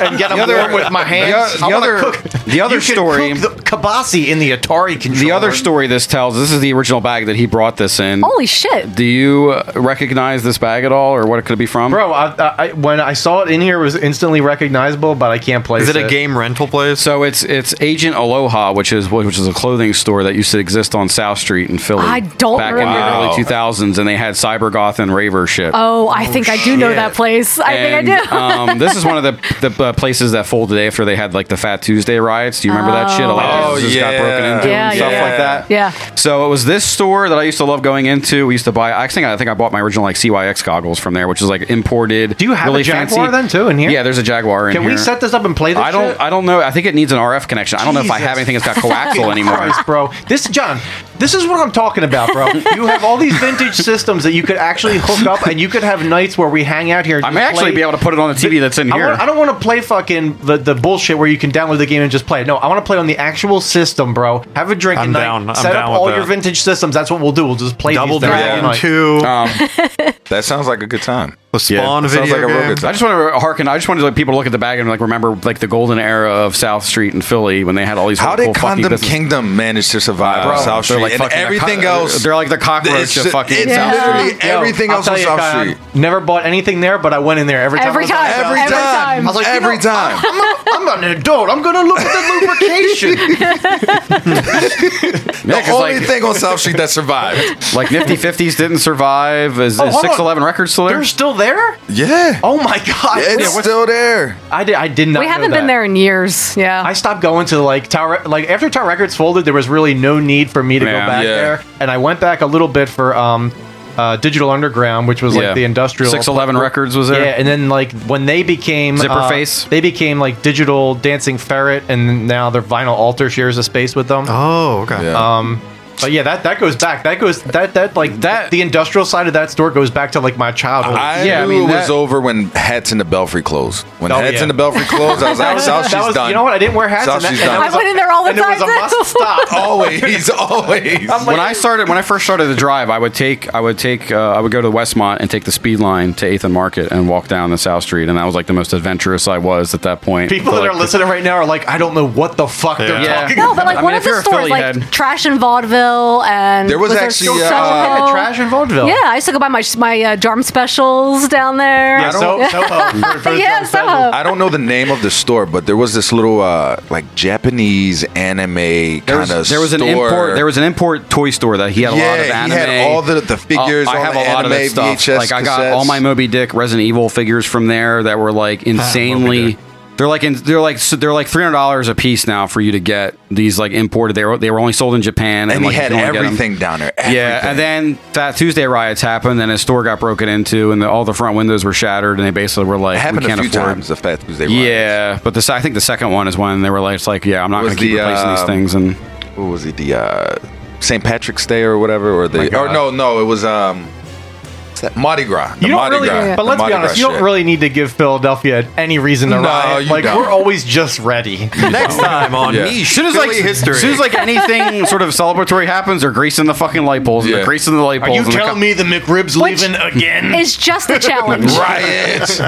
[SPEAKER 2] and get them warm with my hands?
[SPEAKER 6] the
[SPEAKER 2] I wanna
[SPEAKER 6] other-
[SPEAKER 2] cook.
[SPEAKER 6] the other
[SPEAKER 2] You can
[SPEAKER 6] story-
[SPEAKER 2] cook the kabasi in the Atari controller.
[SPEAKER 6] The other story this tells. This is the original bag that he brought this in.
[SPEAKER 4] Holy shit!
[SPEAKER 6] Do you uh, recognize this bag at all, or what it could be from?
[SPEAKER 2] bro. I, I, I- when I saw it in here, it was instantly recognizable, but I can't play.
[SPEAKER 5] Is it a game rental place?
[SPEAKER 6] So it's it's Agent Aloha, which is which is a clothing store that used to exist on South Street in Philly.
[SPEAKER 4] I don't
[SPEAKER 6] back in
[SPEAKER 4] remember.
[SPEAKER 6] the
[SPEAKER 3] Wow.
[SPEAKER 2] Oh.
[SPEAKER 6] early two thousands, and they had cyber goth and raver shit.
[SPEAKER 4] Oh, I think I do know that place. I
[SPEAKER 6] And,
[SPEAKER 4] think I do.
[SPEAKER 6] um, this is one of the, the uh, places that folded after they had like the Fat Tuesday riots. Do you remember that shit? A lot
[SPEAKER 3] Oh,
[SPEAKER 6] of places got
[SPEAKER 3] yeah.
[SPEAKER 6] broken into
[SPEAKER 4] Yeah,
[SPEAKER 6] and stuff
[SPEAKER 4] yeah.
[SPEAKER 6] like that.
[SPEAKER 4] yeah.
[SPEAKER 6] So it was this store that I used to love going into. We used to buy. I think I think I bought my original like CYX goggles from there, which is like imported.
[SPEAKER 2] Do you have a
[SPEAKER 6] really
[SPEAKER 2] Jaguar
[SPEAKER 6] fancy.
[SPEAKER 2] then, too, in here?
[SPEAKER 6] Yeah, there's a Jaguar in
[SPEAKER 2] Can
[SPEAKER 6] here.
[SPEAKER 2] we set this up and play this?
[SPEAKER 6] I don't.
[SPEAKER 2] shit?
[SPEAKER 6] I don't know. I think it needs an RF connection. I don't know if I
[SPEAKER 2] Jesus
[SPEAKER 6] have anything that's got coaxial anymore.
[SPEAKER 2] Christ, bro. This John, this is what I'm talking about, bro. You have all these vintage systems that you could actually hook up, and you could have nights where we hang out here. and
[SPEAKER 6] I may
[SPEAKER 2] just
[SPEAKER 6] actually
[SPEAKER 2] play-
[SPEAKER 6] be able to put it on the TV that's in
[SPEAKER 2] I,
[SPEAKER 6] here.
[SPEAKER 2] want, I don't want to play fucking the, the bullshit where you can download the game and just play it. No, I want to play on the actual system, bro. Have a drink
[SPEAKER 5] I'm
[SPEAKER 2] and
[SPEAKER 5] down. I'm
[SPEAKER 2] set
[SPEAKER 5] down
[SPEAKER 2] up
[SPEAKER 5] with
[SPEAKER 2] all
[SPEAKER 5] that.
[SPEAKER 2] your vintage systems. That's what we'll do. We'll just play
[SPEAKER 5] Double
[SPEAKER 2] these things all
[SPEAKER 5] Dragon
[SPEAKER 2] night.
[SPEAKER 5] 2,
[SPEAKER 3] That sounds like a good time.
[SPEAKER 5] the Spawn
[SPEAKER 3] Sounds
[SPEAKER 5] video
[SPEAKER 3] like a real
[SPEAKER 5] game.
[SPEAKER 3] good time.
[SPEAKER 6] I just want to hearken. I just wanted to let people look at the bag and like remember like the golden era of South Street in Philly when they had all these.
[SPEAKER 3] How
[SPEAKER 6] really cool
[SPEAKER 3] did
[SPEAKER 6] fucking
[SPEAKER 3] Condom
[SPEAKER 6] businesses.
[SPEAKER 3] Kingdom manage to survive on South
[SPEAKER 6] they're
[SPEAKER 3] Street
[SPEAKER 6] like
[SPEAKER 3] and
[SPEAKER 6] fucking the
[SPEAKER 3] everything
[SPEAKER 6] co-
[SPEAKER 3] else?
[SPEAKER 6] They're like the cockroach
[SPEAKER 3] It's
[SPEAKER 6] of
[SPEAKER 3] just-
[SPEAKER 6] fucking
[SPEAKER 3] it's
[SPEAKER 6] South
[SPEAKER 4] Yeah.
[SPEAKER 3] literally
[SPEAKER 4] Street.
[SPEAKER 3] everything
[SPEAKER 2] I'll
[SPEAKER 3] else
[SPEAKER 2] tell
[SPEAKER 3] on
[SPEAKER 2] you,
[SPEAKER 3] South
[SPEAKER 2] Kyle,
[SPEAKER 3] Street.
[SPEAKER 2] Never bought anything there, but I went in there every time. I
[SPEAKER 4] Every
[SPEAKER 2] was like,
[SPEAKER 4] time.
[SPEAKER 3] Every,
[SPEAKER 4] Every
[SPEAKER 3] time.
[SPEAKER 4] time. I was
[SPEAKER 2] like, you
[SPEAKER 3] every
[SPEAKER 2] know,
[SPEAKER 3] time.
[SPEAKER 2] I'm, a, I'm an adult. I'm gonna look at the lubrication.
[SPEAKER 6] Yeah, 'cause,
[SPEAKER 3] the only
[SPEAKER 6] like,
[SPEAKER 3] thing on South Street that survived.
[SPEAKER 6] like Nifty Fifties didn't survive. Is,
[SPEAKER 2] Oh,
[SPEAKER 6] is
[SPEAKER 2] hold
[SPEAKER 6] Six Eleven
[SPEAKER 2] on.
[SPEAKER 6] Records still there?
[SPEAKER 2] They're still there.
[SPEAKER 3] Yeah.
[SPEAKER 2] Oh my god!
[SPEAKER 3] it's
[SPEAKER 2] What's-
[SPEAKER 3] still there.
[SPEAKER 2] I did. I did not.
[SPEAKER 4] We
[SPEAKER 2] know
[SPEAKER 4] haven't
[SPEAKER 2] that.
[SPEAKER 4] been there in years. Yeah.
[SPEAKER 2] I stopped going to like Tower. Like after Tower Records folded, there was really no need for me to
[SPEAKER 6] Yeah.
[SPEAKER 2] go back
[SPEAKER 3] Yeah.
[SPEAKER 2] there, and I went back a little bit for um, uh, Digital Underground, which was like the industrial.
[SPEAKER 6] Six Eleven Records was there.
[SPEAKER 2] Yeah, and then like when they became uh,
[SPEAKER 6] Zipperface?
[SPEAKER 2] they became like Digital Dancing Ferret, and now their Vinyl Altar shares a space with them.
[SPEAKER 5] Oh, okay.
[SPEAKER 3] Yeah.
[SPEAKER 2] Um, but yeah, that that goes back. That goes that that like
[SPEAKER 6] That-
[SPEAKER 2] that the industrial side of that store goes back to like my childhood.
[SPEAKER 3] I
[SPEAKER 6] Yeah, I
[SPEAKER 3] knew
[SPEAKER 6] mean,
[SPEAKER 3] it was
[SPEAKER 6] that-
[SPEAKER 3] over when hats in the belfry closed. When
[SPEAKER 2] Oh,
[SPEAKER 3] hats
[SPEAKER 2] yeah.
[SPEAKER 3] in the belfry closed, I was like, South
[SPEAKER 2] that
[SPEAKER 3] Street's
[SPEAKER 2] was,
[SPEAKER 3] done.
[SPEAKER 2] You know what? I didn't wear hats.
[SPEAKER 3] South
[SPEAKER 2] and that-
[SPEAKER 3] She's
[SPEAKER 2] and
[SPEAKER 3] done.
[SPEAKER 2] that
[SPEAKER 4] I
[SPEAKER 2] was a-
[SPEAKER 4] went in there all the
[SPEAKER 2] and it
[SPEAKER 4] time.
[SPEAKER 2] was a
[SPEAKER 4] too.
[SPEAKER 2] must stop.
[SPEAKER 3] Always, always.
[SPEAKER 2] I'm like-
[SPEAKER 6] when I started, when I first started the drive, I would take, I would take, uh, I would go to Westmont and take the speed line to Eighth and Market and walk down the South Street, and that was like the most adventurous I was at that point.
[SPEAKER 2] People
[SPEAKER 6] But,
[SPEAKER 2] that are
[SPEAKER 6] like,
[SPEAKER 2] listening right now are like, I don't know what the fuck they're
[SPEAKER 6] Yeah.
[SPEAKER 2] talking
[SPEAKER 4] No, but
[SPEAKER 2] about.
[SPEAKER 4] like
[SPEAKER 6] I
[SPEAKER 4] one
[SPEAKER 6] mean,
[SPEAKER 4] of
[SPEAKER 6] if you're
[SPEAKER 4] the
[SPEAKER 6] a
[SPEAKER 4] stores,
[SPEAKER 6] Philly
[SPEAKER 4] like
[SPEAKER 6] head-
[SPEAKER 4] Trash and Vaudeville, and
[SPEAKER 3] There was actually,
[SPEAKER 4] Soho?
[SPEAKER 3] uh,
[SPEAKER 2] yeah, trash and vaudeville.
[SPEAKER 4] Yeah, I used to go buy my my uh, drum specials down there.
[SPEAKER 2] Yeah, so, Soho. For- for the
[SPEAKER 4] yeah,
[SPEAKER 2] dumb
[SPEAKER 4] Soho.
[SPEAKER 3] I don't know the name of the store, but there was this little uh, like Japanese anime
[SPEAKER 6] There
[SPEAKER 3] kind
[SPEAKER 6] was,
[SPEAKER 3] of
[SPEAKER 6] there was an import. There was an import toy store that he had a lot of
[SPEAKER 3] Yeah,
[SPEAKER 6] anime. Oh,
[SPEAKER 3] he had all the- the figures,
[SPEAKER 6] I
[SPEAKER 3] all
[SPEAKER 6] have a
[SPEAKER 3] the
[SPEAKER 6] lot of that
[SPEAKER 3] anime
[SPEAKER 6] stuff.
[SPEAKER 3] VHS
[SPEAKER 6] like I got all
[SPEAKER 3] cassettes.
[SPEAKER 6] my Moby Dick, Resident Evil figures from there that were like insanely. They're like in, they're like so they're like three hundred dollars a piece now for you to get these like imported. They were they were only sold in Japan,
[SPEAKER 3] and
[SPEAKER 6] like,
[SPEAKER 3] he
[SPEAKER 6] you
[SPEAKER 3] had
[SPEAKER 6] could only get 'em.
[SPEAKER 3] everything down there.
[SPEAKER 6] Yeah, and then that Tuesday riots happened, and his store got broken into, and the, all the front windows were shattered, and they basically were like,
[SPEAKER 3] it
[SPEAKER 6] "We
[SPEAKER 3] happened a
[SPEAKER 6] can't
[SPEAKER 3] few
[SPEAKER 6] afford."
[SPEAKER 3] times. The Fat Tuesday. Riot.
[SPEAKER 6] Yeah, but the se- I think the second one is when they were like, "It's like, yeah, I'm not
[SPEAKER 3] Was
[SPEAKER 6] going to keep
[SPEAKER 3] the,
[SPEAKER 6] replacing
[SPEAKER 3] uh,
[SPEAKER 6] these things." And
[SPEAKER 3] what was it? The uh, St. Patrick's Day or whatever, or the or
[SPEAKER 6] God.
[SPEAKER 3] no, no, it was um, what's that? Mardi Gras. The
[SPEAKER 2] You don't
[SPEAKER 3] Mardi
[SPEAKER 2] really,
[SPEAKER 3] Gras.
[SPEAKER 2] but
[SPEAKER 3] The
[SPEAKER 2] let's be
[SPEAKER 3] Mardi
[SPEAKER 2] honest.
[SPEAKER 3] Gras
[SPEAKER 2] You don't
[SPEAKER 3] shit.
[SPEAKER 2] really need to give Philadelphia any reason to
[SPEAKER 3] No,
[SPEAKER 2] riot.
[SPEAKER 3] you
[SPEAKER 2] Like
[SPEAKER 3] don't.
[SPEAKER 2] we're always just ready.
[SPEAKER 5] Next time on
[SPEAKER 3] Yeah.
[SPEAKER 5] Me,
[SPEAKER 6] as soon as like
[SPEAKER 5] Philly history.
[SPEAKER 6] as soon as like anything sort of celebratory happens, they're greasing the fucking light poles, and
[SPEAKER 3] Yeah.
[SPEAKER 6] they're greasing the light
[SPEAKER 2] Are
[SPEAKER 6] poles.
[SPEAKER 2] you
[SPEAKER 6] and the
[SPEAKER 2] telling me the McRib's
[SPEAKER 4] Which-
[SPEAKER 2] leaving again?
[SPEAKER 4] It's just a challenge.
[SPEAKER 3] Riots,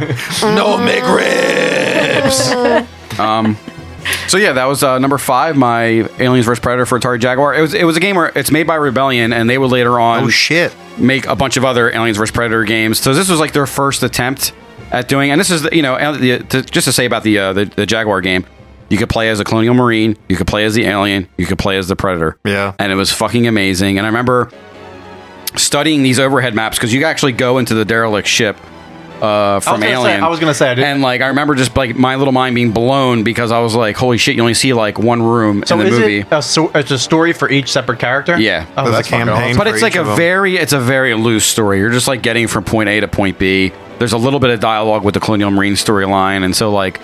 [SPEAKER 3] no McRibs.
[SPEAKER 6] So yeah, that was uh, number five. My Aliens vs Predator for Atari Jaguar. It was it was a game where it's made by Rebellion, and they would later on
[SPEAKER 5] Oh, shit.
[SPEAKER 6] make a bunch of other Aliens vs Predator games. So this was like their first attempt at doing. And this is the- you know and the, to, just to say about the, uh, the the Jaguar game. You could play as a colonial marine. You could play as the alien. You could play as the predator.
[SPEAKER 5] Yeah.
[SPEAKER 6] and it was fucking amazing. And I remember studying these overhead maps because you actually go into the derelict ship uh, from
[SPEAKER 2] gonna say-
[SPEAKER 6] Alien.
[SPEAKER 2] I was gonna say, I did-
[SPEAKER 6] and like I remember just like my little mind being blown because I was like, "Holy shit!" You only see like one room
[SPEAKER 2] So
[SPEAKER 6] in the
[SPEAKER 2] is
[SPEAKER 6] movie.
[SPEAKER 2] it a, so- it's a story for each separate character?
[SPEAKER 6] Yeah.
[SPEAKER 2] Oh,
[SPEAKER 5] So the
[SPEAKER 2] that's fucking
[SPEAKER 5] campaign-
[SPEAKER 2] awesome.
[SPEAKER 6] But it's
[SPEAKER 5] for
[SPEAKER 6] like
[SPEAKER 5] each
[SPEAKER 6] a
[SPEAKER 5] of 'em.
[SPEAKER 6] very it's a very loose story. You're just like getting from point A to point B. There's a little bit of dialogue with the Colonial Marine storyline, and so like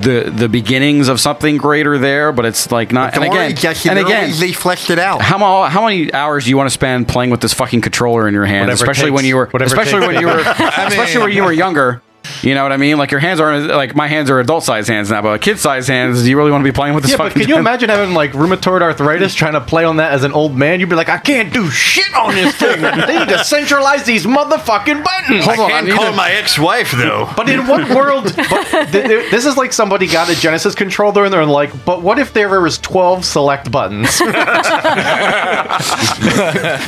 [SPEAKER 6] the the beginnings of something greater there, but it's like not. and again, and again,
[SPEAKER 5] they fleshed it out.
[SPEAKER 6] how, mo- how many hours do you want to spend playing with this fucking controller in your hands,
[SPEAKER 2] Whatever it
[SPEAKER 6] especially when
[SPEAKER 2] takes.
[SPEAKER 6] you were,
[SPEAKER 2] Whatever it
[SPEAKER 6] especially
[SPEAKER 2] takes.
[SPEAKER 6] when you were, especially when you were younger. You know what I mean? Like your hands aren't like my hands are adult size hands now, but kid size hands. Do you really want to be playing with this
[SPEAKER 2] Yeah,
[SPEAKER 6] fucking?
[SPEAKER 2] but can you imagine having like rheumatoid arthritis trying to play on that as an old man? You'd be like, I can't do shit on this thing. they need to centralize these motherfucking buttons.
[SPEAKER 6] Hold on, I
[SPEAKER 5] And
[SPEAKER 6] need
[SPEAKER 5] call
[SPEAKER 6] to-
[SPEAKER 5] my ex-wife though.
[SPEAKER 2] But in what world? But th- th- this is like somebody got a Genesis controller and they're like, but what if there was 12 select buttons?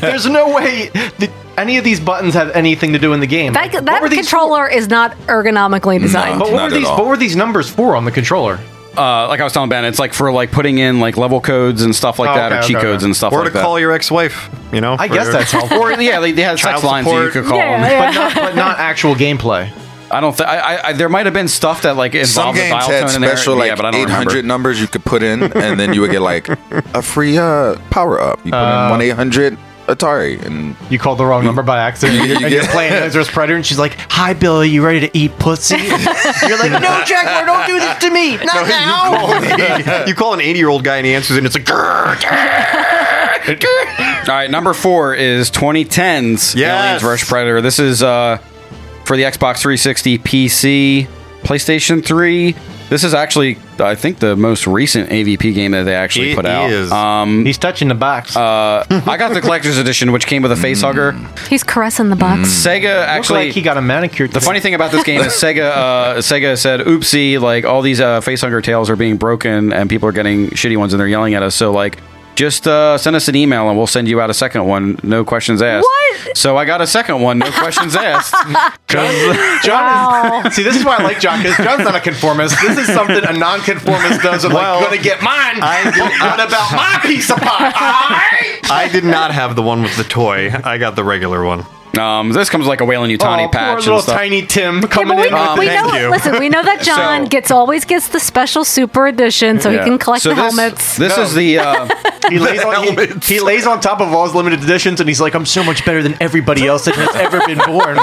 [SPEAKER 2] There's no way that any of these buttons have anything to do in the game. Like,
[SPEAKER 4] That,
[SPEAKER 2] what
[SPEAKER 4] that
[SPEAKER 2] were these
[SPEAKER 4] controller is not ergonomically designed.
[SPEAKER 2] for? But
[SPEAKER 3] Not
[SPEAKER 2] what
[SPEAKER 3] at
[SPEAKER 2] were these?
[SPEAKER 3] all.
[SPEAKER 2] What were these numbers for on the controller?
[SPEAKER 6] uh, like I was telling Ben, it's like for like putting in like level codes and stuff like
[SPEAKER 2] Oh,
[SPEAKER 6] that, or
[SPEAKER 2] okay,
[SPEAKER 6] cheat
[SPEAKER 2] okay,
[SPEAKER 6] codes
[SPEAKER 2] okay.
[SPEAKER 6] and stuff
[SPEAKER 5] Or
[SPEAKER 6] like
[SPEAKER 5] to call
[SPEAKER 6] that.
[SPEAKER 5] your ex-wife, you know?
[SPEAKER 2] I guess
[SPEAKER 5] or-
[SPEAKER 2] that's helpful.
[SPEAKER 6] or yeah, they, they had sex
[SPEAKER 5] Child
[SPEAKER 6] lines that you
[SPEAKER 5] support.
[SPEAKER 6] could call.
[SPEAKER 4] Yeah,
[SPEAKER 6] them.
[SPEAKER 4] yeah.
[SPEAKER 2] but, not, but not actual gameplay.
[SPEAKER 6] I don't think I, I, there might have been stuff that like involved
[SPEAKER 3] Some
[SPEAKER 6] the
[SPEAKER 3] games
[SPEAKER 6] dial
[SPEAKER 3] had
[SPEAKER 6] tone in there.
[SPEAKER 3] special
[SPEAKER 6] yeah,
[SPEAKER 3] like
[SPEAKER 6] but I don't
[SPEAKER 3] 800
[SPEAKER 6] remember.
[SPEAKER 3] numbers you could put in, and then you would get like a free uh, power up. You put in one eight hundred Atari, and
[SPEAKER 2] You called the wrong number by accident.
[SPEAKER 3] You- you
[SPEAKER 2] and you're
[SPEAKER 3] get-
[SPEAKER 2] playing Ezra's Predator, and she's like, "Hi, Billy, you ready to eat pussy?" you're like, "No, Jaguar, don't do this to me, not now."
[SPEAKER 5] you call an 80-year-old guy and he answers and it's like "Grr, grr."
[SPEAKER 6] All right, number four is 2010's
[SPEAKER 5] Yes.
[SPEAKER 6] Aliens vs Predator. This is uh, for the Xbox 360, PC, PlayStation 3. This is actually, I think, the most recent AVP game that they actually
[SPEAKER 5] It
[SPEAKER 6] put out.
[SPEAKER 5] is.
[SPEAKER 3] Uh,
[SPEAKER 6] Um,
[SPEAKER 2] He's touching the box.
[SPEAKER 6] uh, I got the collector's edition, which came with a face hugger.
[SPEAKER 4] He's caressing the
[SPEAKER 2] Mm.
[SPEAKER 4] box.
[SPEAKER 6] Sega
[SPEAKER 2] Looks like
[SPEAKER 6] actually.
[SPEAKER 2] he got a manicure.
[SPEAKER 6] the funny thing about this game is Sega. Uh, Sega said, "Oopsie! Like all these uh, face hugger tails are being broken, and people are getting shitty ones, and they're yelling at us. So like, just uh, send us an email, and we'll send you out a second one, no questions asked."
[SPEAKER 4] What?
[SPEAKER 6] So I got a second one, no questions asked.
[SPEAKER 2] John, John is, see, this is why I like John because John's not a conformist. This is something a non-conformist does. I'm
[SPEAKER 5] Well,
[SPEAKER 2] like, gonna get mine. what about my piece of pie? Alright?
[SPEAKER 5] I did not have the one with the toy. I got the regular one.
[SPEAKER 6] Um, this comes like a Whalen Utani
[SPEAKER 2] Oh, poor
[SPEAKER 6] patch
[SPEAKER 2] little
[SPEAKER 6] and stuff.
[SPEAKER 2] tiny Tim
[SPEAKER 4] Yeah,
[SPEAKER 2] coming
[SPEAKER 4] but we,
[SPEAKER 2] in. with
[SPEAKER 4] we
[SPEAKER 2] the-
[SPEAKER 5] thank
[SPEAKER 4] know,
[SPEAKER 5] you.
[SPEAKER 4] listen, we know that John
[SPEAKER 6] So-
[SPEAKER 4] gets always gets the special super edition, so
[SPEAKER 6] Yeah.
[SPEAKER 4] he can collect
[SPEAKER 6] So
[SPEAKER 4] the
[SPEAKER 6] this,
[SPEAKER 4] helmets.
[SPEAKER 6] This is the uh,
[SPEAKER 2] He lays, on,
[SPEAKER 5] helmets.
[SPEAKER 2] he, he lays on top of all his limited editions, and he's like, "I'm so much better than everybody else that has ever been born."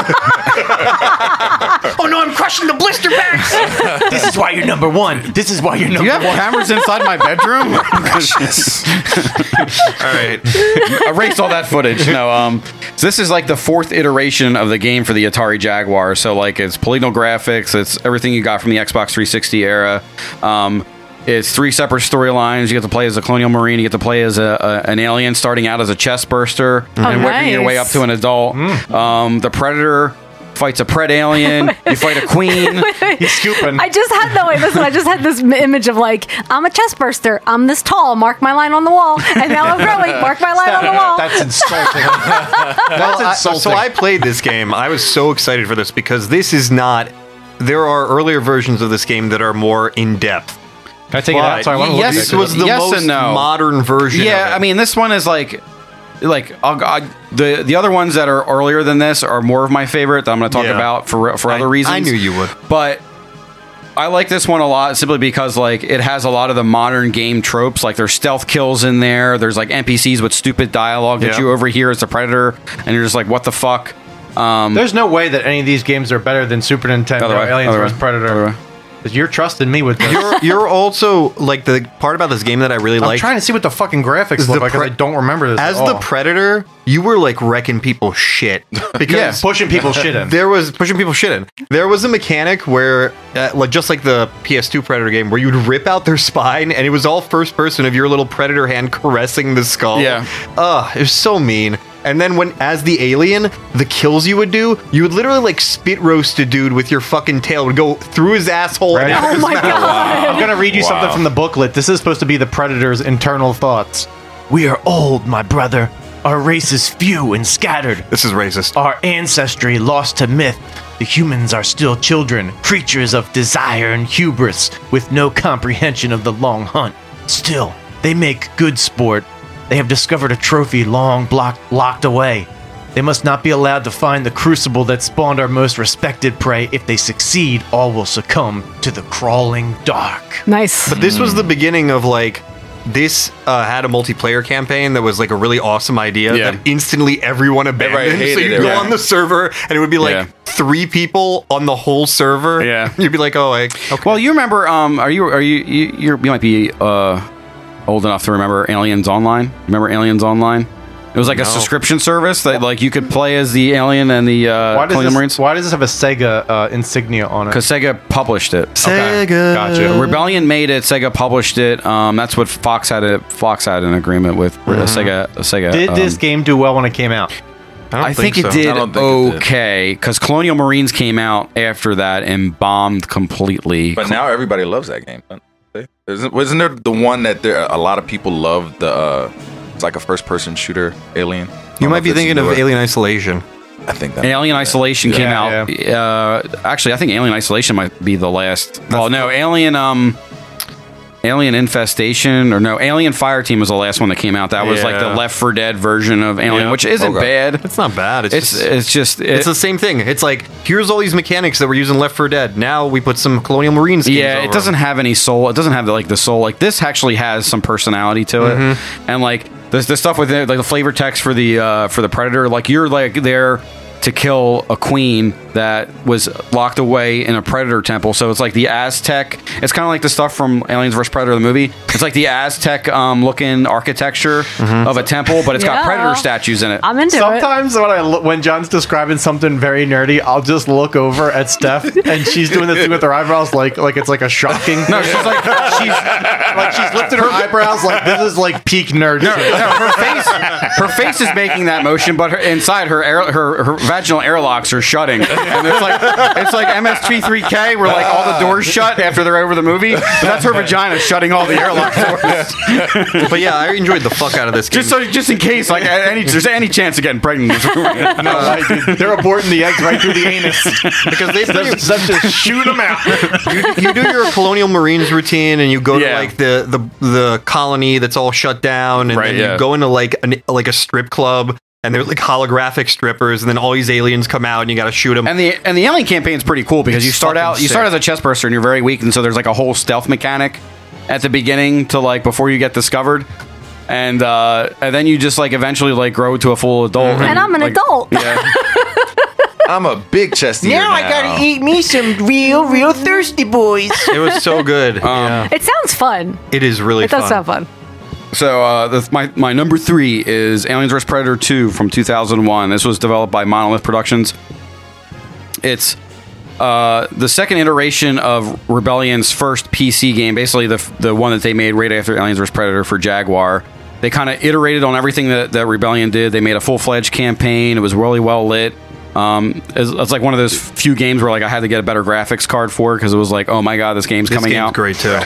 [SPEAKER 7] Oh no, I'm crushing the blister packs.
[SPEAKER 2] this is why you're number one. This is why you're number one.
[SPEAKER 6] cameras inside my bedroom.
[SPEAKER 5] All right.
[SPEAKER 6] Erase all that footage. No, um, so this is like the fourth iteration of the game for the Atari Jaguar. So like it's polygonal graphics, it's everything you got from the Xbox 360 era. Um, it's three separate storylines. You get to play as a colonial marine. You get to play as a, a, an alien, starting out as a chest burster and working your
[SPEAKER 4] nice.
[SPEAKER 6] way up to an adult. Um, the predator fights a pred alien. you fight a queen.
[SPEAKER 2] He's scooping.
[SPEAKER 4] I just had no wait. Listen, I just had this m- image of like I'm a chest burster. I'm this tall. Mark my line on the wall, and now I'm growing. Mark my line on the wall.
[SPEAKER 2] That's insulting. That's
[SPEAKER 5] I-
[SPEAKER 2] insulting.
[SPEAKER 5] so I played this game. I was so excited for this because this is not. There are earlier versions of this game that are more in depth.
[SPEAKER 2] Can I take
[SPEAKER 5] But this was the
[SPEAKER 6] Yes and
[SPEAKER 5] most
[SPEAKER 6] no.
[SPEAKER 5] modern version. of
[SPEAKER 6] Yeah,
[SPEAKER 5] it.
[SPEAKER 6] I mean, this one is like, like I'll, I, the the other ones that are earlier than this are more of my favorite that I'm going to talk
[SPEAKER 5] Yeah.
[SPEAKER 6] about for for
[SPEAKER 5] I-
[SPEAKER 6] other reasons.
[SPEAKER 5] I knew you would.
[SPEAKER 6] but I like this one a lot simply because like it has a lot of the modern game tropes. Like there's stealth kills in there. There's like NPCs with stupid dialogue that
[SPEAKER 5] Yeah.
[SPEAKER 6] you overhear as a predator, and you're just like, what the fuck. Um,
[SPEAKER 2] There's no way that any of these games are better than Super Nintendo
[SPEAKER 6] Other way,
[SPEAKER 2] Aliens
[SPEAKER 6] other way,
[SPEAKER 2] vs
[SPEAKER 6] other
[SPEAKER 2] Predator.
[SPEAKER 6] way.
[SPEAKER 2] 'Cause You're trusting me with this.
[SPEAKER 5] you're, you're also like the part about this game that I really
[SPEAKER 2] I'm
[SPEAKER 5] like.
[SPEAKER 2] trying to see what the fucking graphics look like. 'cause
[SPEAKER 5] pre-
[SPEAKER 2] I don't remember this.
[SPEAKER 5] as
[SPEAKER 2] at
[SPEAKER 5] the
[SPEAKER 2] all.
[SPEAKER 5] predator, you were like wrecking people shit
[SPEAKER 2] yeah,
[SPEAKER 5] because
[SPEAKER 2] pushing people shit in.
[SPEAKER 5] there was pushing people shit in. There was a mechanic where, uh, like, just like the PS2 Predator game, where you'd rip out their spine, and it was all first person of your little Predator hand caressing the skull.
[SPEAKER 6] Yeah.
[SPEAKER 5] ugh, it was so mean. And then when, as the alien, the kills you would do, you would literally like spit roast a dude with your fucking tail, It would go through his asshole. And
[SPEAKER 2] Right.
[SPEAKER 5] out
[SPEAKER 4] oh
[SPEAKER 5] his
[SPEAKER 4] my
[SPEAKER 5] mouth.
[SPEAKER 4] god!
[SPEAKER 2] I'm gonna read you something
[SPEAKER 3] Wow.
[SPEAKER 2] from the booklet. This is supposed to be the Predator's internal thoughts. We are old, my brother.
[SPEAKER 8] Our race is few and scattered.
[SPEAKER 5] This is racist.
[SPEAKER 8] Our ancestry lost to myth. The humans are still children, creatures of desire and hubris, with no comprehension of the long hunt. Still, they make good sport. They have discovered a trophy long block- locked away. They must not be allowed to find the crucible that spawned our most respected prey. If they succeed, all will succumb to the crawling dark.
[SPEAKER 4] Nice.
[SPEAKER 5] But this was the beginning of like this uh, had a multiplayer campaign that was like a really awesome idea
[SPEAKER 3] Yeah.
[SPEAKER 5] that instantly everyone abandoned. so
[SPEAKER 3] hated
[SPEAKER 5] you'd
[SPEAKER 3] it,
[SPEAKER 5] go
[SPEAKER 3] right.
[SPEAKER 5] on the server and it would be like
[SPEAKER 3] Yeah.
[SPEAKER 5] three people on the whole server.
[SPEAKER 3] Yeah.
[SPEAKER 5] You'd be like, oh, like, okay.
[SPEAKER 6] Well, you remember? Um, are you are you you, you're, you might be uh, old enough to remember Aliens Online? Remember Aliens Online? It was like a subscription service that like you could play as the alien and the uh,
[SPEAKER 2] Why does,
[SPEAKER 6] Colonial
[SPEAKER 2] this,
[SPEAKER 6] Marines
[SPEAKER 2] why does this have a Sega uh, insignia on it?
[SPEAKER 6] because Sega published it.
[SPEAKER 5] Sega.
[SPEAKER 2] Gotcha.
[SPEAKER 6] Rebellion made it. Sega published it. Um, that's what Fox had. A, Fox had an agreement with uh, Sega. Sega.
[SPEAKER 2] Did
[SPEAKER 6] um,
[SPEAKER 2] this game do well when it came out?
[SPEAKER 5] I, don't
[SPEAKER 6] I think,
[SPEAKER 5] so.
[SPEAKER 6] it did
[SPEAKER 3] I don't think it did.
[SPEAKER 6] okay because Colonial Marines came out after that and bombed completely.
[SPEAKER 3] But now everybody loves that game. don't they? Isn't, wasn't there the one that there a lot of people love the? Uh, it's like a first-person shooter, Alien.
[SPEAKER 5] You might be thinking of Alien Isolation.
[SPEAKER 3] I think that.
[SPEAKER 6] Alien Isolation came
[SPEAKER 2] Yeah,
[SPEAKER 6] out. Uh, actually, I think Alien Isolation might be the last. Well, no, Alien. Um, Alien Infestation or no, Alien Fire Team was the last one that came out. That was like the
[SPEAKER 5] Yeah.
[SPEAKER 6] Left 4 Dead version of Alien, which isn't
[SPEAKER 3] Okay.
[SPEAKER 6] bad.
[SPEAKER 5] It's not bad. It's
[SPEAKER 6] It's
[SPEAKER 5] just,
[SPEAKER 6] it's just it-
[SPEAKER 5] it's the same thing. It's like here's all these mechanics that we're using Left for Dead. Now we put some Colonial Marines.
[SPEAKER 6] yeah it doesn't have any soul it doesn't have like the soul like this actually has some personality to it and like there's the stuff with it like the flavor text for the uh for the predator like you're like there to kill a queen that was locked away in a predator temple so it's like the aztec it's kind of like the stuff from aliens vs predator the movie it's like the aztec um looking architecture of a temple but it's got
[SPEAKER 4] Yeah.
[SPEAKER 6] predator statues in it
[SPEAKER 4] I'm into it.
[SPEAKER 2] Sometimes when I lo- when John's describing something very nerdy, I'll just look over at Steph and she's doing this thing with her eyebrows like like it's like a shocking. No, she's like she's like she's lifted her eyebrows like this is like peak nerd.
[SPEAKER 6] No,
[SPEAKER 2] shit.
[SPEAKER 6] no, her face, her face is making that motion, but her, inside her, air, her her vaginal airlocks are shutting, and it's like it's like MST3K, where like all the doors shut after they're over the movie. But that's her vagina shutting all the airlock doors,
[SPEAKER 5] But yeah, I enjoyed the fuck out of this game.
[SPEAKER 6] just so just in case, like at any there's any chance of getting pregnant. in this movie. Uh,
[SPEAKER 2] No, like, dude, they're aborting the eggs right through the anus.
[SPEAKER 5] because they
[SPEAKER 2] Steph, Steph just shoot them out.
[SPEAKER 5] you, you do your colonial marines routine and you go to
[SPEAKER 6] Yeah.
[SPEAKER 5] like the, the the colony that's all shut down and
[SPEAKER 6] Right,
[SPEAKER 5] then
[SPEAKER 6] yeah.
[SPEAKER 5] you go into like an, like a strip club and they're like holographic strippers and then all these aliens come out and you got to shoot them
[SPEAKER 6] And the and the alien campaign is pretty cool because
[SPEAKER 5] It's
[SPEAKER 6] you start
[SPEAKER 5] fucking
[SPEAKER 6] out you start as
[SPEAKER 5] sick.
[SPEAKER 6] a chess person and you're very weak, and so there's like a whole stealth mechanic at the beginning to like before you get discovered, and uh, and then you just like eventually like grow to a full adult.
[SPEAKER 4] And I'm an
[SPEAKER 6] like,
[SPEAKER 4] adult.
[SPEAKER 3] I'm a big chest eater now.
[SPEAKER 7] Now I gotta eat me some real, real thirsty boys.
[SPEAKER 5] it was so good Yeah.
[SPEAKER 4] It sounds fun.
[SPEAKER 5] Um, it is really
[SPEAKER 4] It does
[SPEAKER 5] fun.
[SPEAKER 4] sound fun.
[SPEAKER 6] So uh, the, my my number three is Aliens vs Predator two from 2001. This was developed by Monolith Productions. It's uh, the second iteration of Rebellion's first PC game, basically the the one that they made right after Aliens vs Predator for Jaguar. They kind of iterated on everything that, that Rebellion did. They made a full fledged campaign. It was really well lit. Um, it's, it's like one of those few games where like I had to get a better graphics card for because it was like, oh my god, this game's
[SPEAKER 5] this
[SPEAKER 6] coming
[SPEAKER 5] game's
[SPEAKER 6] out.
[SPEAKER 5] great too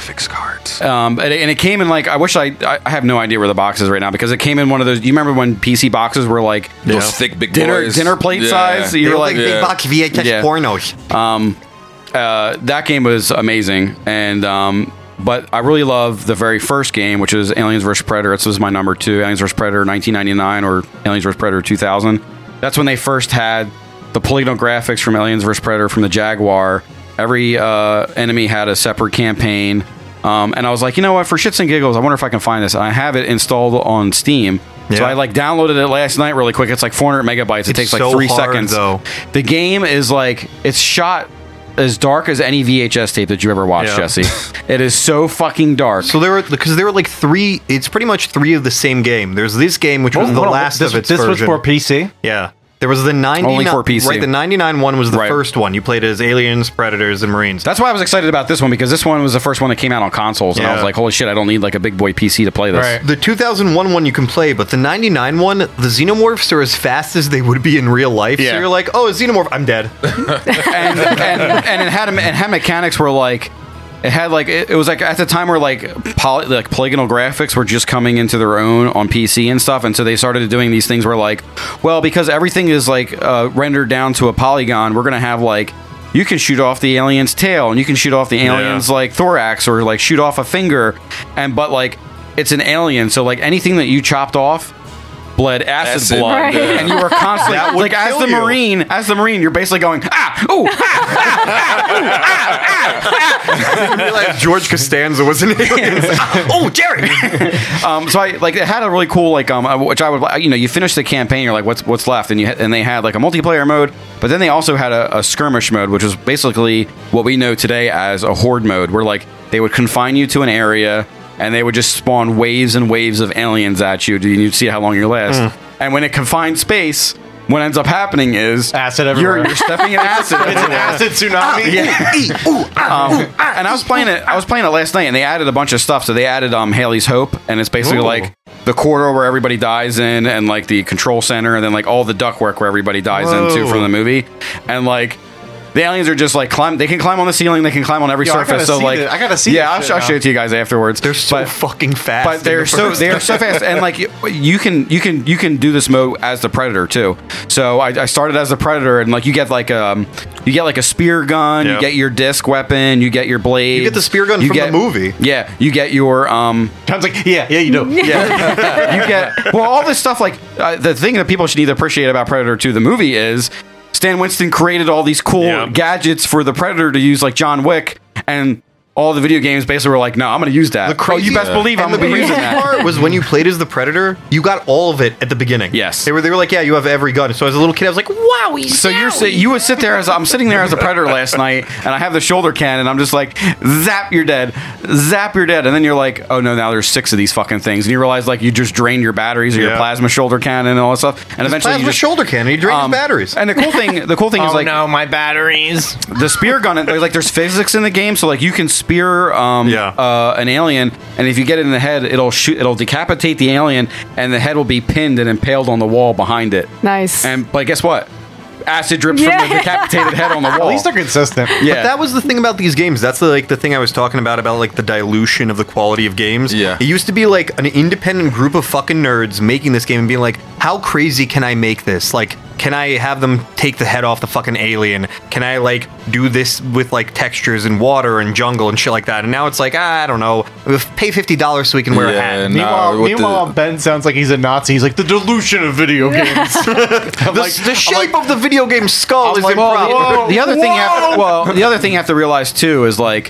[SPEAKER 6] Um, and, it, and it came in like I wish I I- I have no idea where the box is right now because it came in one of those. You remember when PC boxes were like
[SPEAKER 3] Those thick big
[SPEAKER 6] dinner
[SPEAKER 3] boys.
[SPEAKER 6] dinner plate
[SPEAKER 3] Yeah.
[SPEAKER 6] size?
[SPEAKER 5] They
[SPEAKER 6] You're
[SPEAKER 5] were
[SPEAKER 6] like,
[SPEAKER 5] big
[SPEAKER 3] yeah.
[SPEAKER 5] box VHS
[SPEAKER 6] Yeah.
[SPEAKER 5] pornos
[SPEAKER 6] uh, that game was amazing, and um, but I really love the very first game, which is Aliens vs Predator. This was my number two, Aliens vs Predator 1999 or Aliens vs Predator 2000. That's when they first had the polygonal graphics from Aliens vs Predator from the Jaguar. Every uh, enemy had a separate campaign, um, and I was like, you know what? For shits and giggles, I wonder if I can find this. And I have it installed on Steam. So
[SPEAKER 5] Yeah.
[SPEAKER 6] I like downloaded it last night really quick. It's like 400 megabytes. It
[SPEAKER 5] It's
[SPEAKER 6] takes
[SPEAKER 5] so
[SPEAKER 6] like three
[SPEAKER 5] hard,
[SPEAKER 6] seconds.
[SPEAKER 5] though.
[SPEAKER 6] The game is like it's shot as dark as any VHS tape that you ever watched,
[SPEAKER 5] Yeah.
[SPEAKER 6] Jesse. It is so fucking dark.
[SPEAKER 5] so there were because there were like three it's pretty much three of the same game there's this game which was the last
[SPEAKER 2] this,
[SPEAKER 5] of its
[SPEAKER 2] this was
[SPEAKER 5] version.
[SPEAKER 2] for PC.
[SPEAKER 5] Yeah. There was the 99
[SPEAKER 6] Only for PC.
[SPEAKER 5] Right, the 99 one was the
[SPEAKER 6] Right.
[SPEAKER 5] first one. You played as aliens, predators, and marines.
[SPEAKER 6] That's why I was excited about this one because this one was the first one that came out on consoles, and I was
[SPEAKER 5] Yeah.
[SPEAKER 6] like, "Holy shit! I don't need like a big boy PC to play this."
[SPEAKER 2] Right.
[SPEAKER 5] the 2001 one you can play, but the 99 one, the xenomorphs are as fast as they would be in real life.
[SPEAKER 6] Yeah.
[SPEAKER 5] So you're like, oh, a xenomorph, I'm dead.
[SPEAKER 6] And, and, and it had it had mechanics where like It had like it, it was like at the time where like poly, like polygonal graphics were just coming into their own on PC and stuff, and so they started doing these things where like, well, because everything is like uh, rendered down to a polygon, we're gonna have like you can shoot off the alien's tail and you can shoot off the alien's like thorax or like shoot off a finger, and but like it's an alien, so like anything that you chopped off bled acid,
[SPEAKER 3] Acid.
[SPEAKER 6] blood,
[SPEAKER 4] Right.
[SPEAKER 6] and you were constantly like as
[SPEAKER 5] kill
[SPEAKER 6] the
[SPEAKER 5] you.
[SPEAKER 6] marine, as the marine, you're basically going ah ooh ah,
[SPEAKER 5] George Costanza was an alien.
[SPEAKER 6] oh Jerry. um, so I like it had a really cool like um I- which I would you know you finish the campaign you're like what's what's left and you and they had like a multiplayer mode but then they also had a, a skirmish mode which was basically what we know today as a horde mode where like they would confine you to an area and they would just spawn waves and waves of aliens at you and you'd see how long you last
[SPEAKER 2] Hmm.
[SPEAKER 6] and when it confined space. What ends up happening is
[SPEAKER 2] Acid everywhere.
[SPEAKER 6] You're, you're stepping in acid.
[SPEAKER 2] It's an acid tsunami. ah,
[SPEAKER 6] Um, and I was playing it. I was playing it last night, and they added a bunch of stuff. So they added um, Haley's Hope, and it's basically like the corridor where everybody dies in, and like the control center, and then like all the ductwork where everybody dies into from the movie, and like. The aliens are just like climb. They can climb on the ceiling. They can climb on every
[SPEAKER 2] Yo, I
[SPEAKER 6] surface.
[SPEAKER 2] gotta
[SPEAKER 6] So
[SPEAKER 2] see
[SPEAKER 6] like,
[SPEAKER 2] this- I gotta see
[SPEAKER 6] Yeah,
[SPEAKER 2] this
[SPEAKER 6] I'll,
[SPEAKER 2] shit
[SPEAKER 6] sh- I'll
[SPEAKER 2] now.
[SPEAKER 6] show it to you guys afterwards.
[SPEAKER 5] They're so fucking fast.
[SPEAKER 6] But they're so they are so fast, and like you, you can you can you can do this mode as the predator too. So I, I started as the predator, and like you get like um you get like a spear gun, you
[SPEAKER 5] Yeah.
[SPEAKER 6] get your disc weapon, you get your blade, you
[SPEAKER 5] get the spear gun from the movie.
[SPEAKER 6] Yeah, you get your um
[SPEAKER 2] Tom's like, yeah, yeah, you do.
[SPEAKER 6] you get well all this stuff. Like uh, the thing that people should need to appreciate about Predator Two, the movie is Stan Winston created all these cool
[SPEAKER 5] Yeah.
[SPEAKER 6] gadgets for the Predator to use, like John Wick and. All the video games basically were like, no, I'm going to use that.
[SPEAKER 5] The crazy-
[SPEAKER 6] oh, you best believe
[SPEAKER 5] and
[SPEAKER 6] I'm
[SPEAKER 5] the
[SPEAKER 6] going to be
[SPEAKER 5] crazy
[SPEAKER 6] using that.
[SPEAKER 5] part was when you played as the Predator, you got all of it at the beginning.
[SPEAKER 6] Yes.
[SPEAKER 5] they were they were like, yeah, you have every gun. So as a little kid, I was like, wow, he's
[SPEAKER 6] So you're sit, you would sit there as I'm sitting there as a predator last night, and I have the shoulder cannon. I'm just like, zap, you're dead, zap, you're dead, and then you're like, oh no, now there's six of these fucking things, and you realize like you just drained your batteries or your
[SPEAKER 5] Yeah.
[SPEAKER 6] plasma shoulder cannon and all that stuff, and eventually
[SPEAKER 5] plasma
[SPEAKER 6] you just,
[SPEAKER 5] shoulder cannon. He drained
[SPEAKER 6] um,
[SPEAKER 5] his batteries. Oh,
[SPEAKER 6] And the cool thing, the
[SPEAKER 7] Oh,
[SPEAKER 6] cool thing is like
[SPEAKER 8] my batteries.
[SPEAKER 6] the spear gun. There's like there's physics in the game, so like you can spear um,
[SPEAKER 5] Yeah.
[SPEAKER 6] uh, an alien, and if you get it in the head, it'll shoot, it'll decapitate the alien, and the head will be pinned and impaled on the wall behind it.
[SPEAKER 4] Nice.
[SPEAKER 6] And but guess what? Acid drips from the decapitated head on the wall.
[SPEAKER 2] At least they're consistent.
[SPEAKER 6] yeah.
[SPEAKER 5] But that was the thing about these games. That's the, like the thing I was talking about about like the dilution of the quality of games.
[SPEAKER 3] Yeah.
[SPEAKER 5] it used to be like an independent group of fucking nerds making this game and being like, how crazy can I make this? Like, can I have them take the head off the fucking alien? Can I like do this with like textures and water and jungle and shit like that? And now it's like ah, I don't know, pay fifty dollars so we can wear
[SPEAKER 3] Yeah,
[SPEAKER 5] a hat.
[SPEAKER 3] and- Nah,
[SPEAKER 2] Meanwhile,
[SPEAKER 3] with the-
[SPEAKER 2] meanwhile Ben sounds like he's a Nazi. He's like the delusion of video games. I'm
[SPEAKER 5] The,
[SPEAKER 2] like,
[SPEAKER 5] the shape of the video game skull is
[SPEAKER 6] Well,
[SPEAKER 5] improper.
[SPEAKER 6] the- the, other thing, you have, well, the other thing you have to realize too is like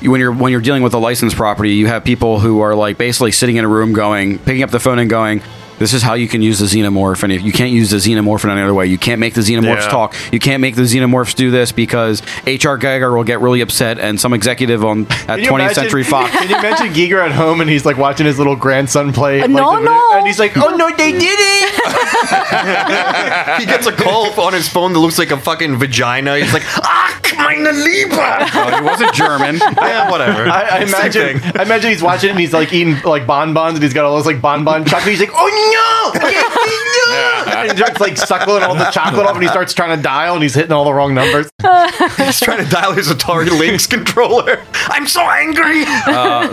[SPEAKER 6] when you're when you're dealing with a licensed property, you have people who are like basically sitting in a room, going, picking up the phone and going. This is how you can use the xenomorph, and if you can't use the xenomorph in any other way, you can't make the xenomorphs
[SPEAKER 5] Yeah.
[SPEAKER 6] talk. You can't make the xenomorphs do this because H.R. Geiger will get really upset, and some executive on at
[SPEAKER 2] Can you
[SPEAKER 6] 20th
[SPEAKER 2] imagine-
[SPEAKER 6] Century Fox
[SPEAKER 2] Can you imagine Giger at home and he's like watching his little grandson play? like,
[SPEAKER 4] Uh, no,
[SPEAKER 2] the video-
[SPEAKER 4] no.
[SPEAKER 2] And he's like, oh no, they did it.
[SPEAKER 5] he gets a call on his phone that looks like a fucking vagina. He's like, ah, meine Liebe.
[SPEAKER 6] Oh, he wasn't German.
[SPEAKER 5] yeah, whatever.
[SPEAKER 2] I, I imagine. I imagine he's watching it and he's like eating like bonbons and he's got all those like bonbon chocolate. He's like, oh no, no. and he starts like suckling all the chocolate off and he starts trying to dial and he's hitting all the wrong numbers.
[SPEAKER 5] He's trying to dial his Atari Lynx controller. Uh, I'm so angry.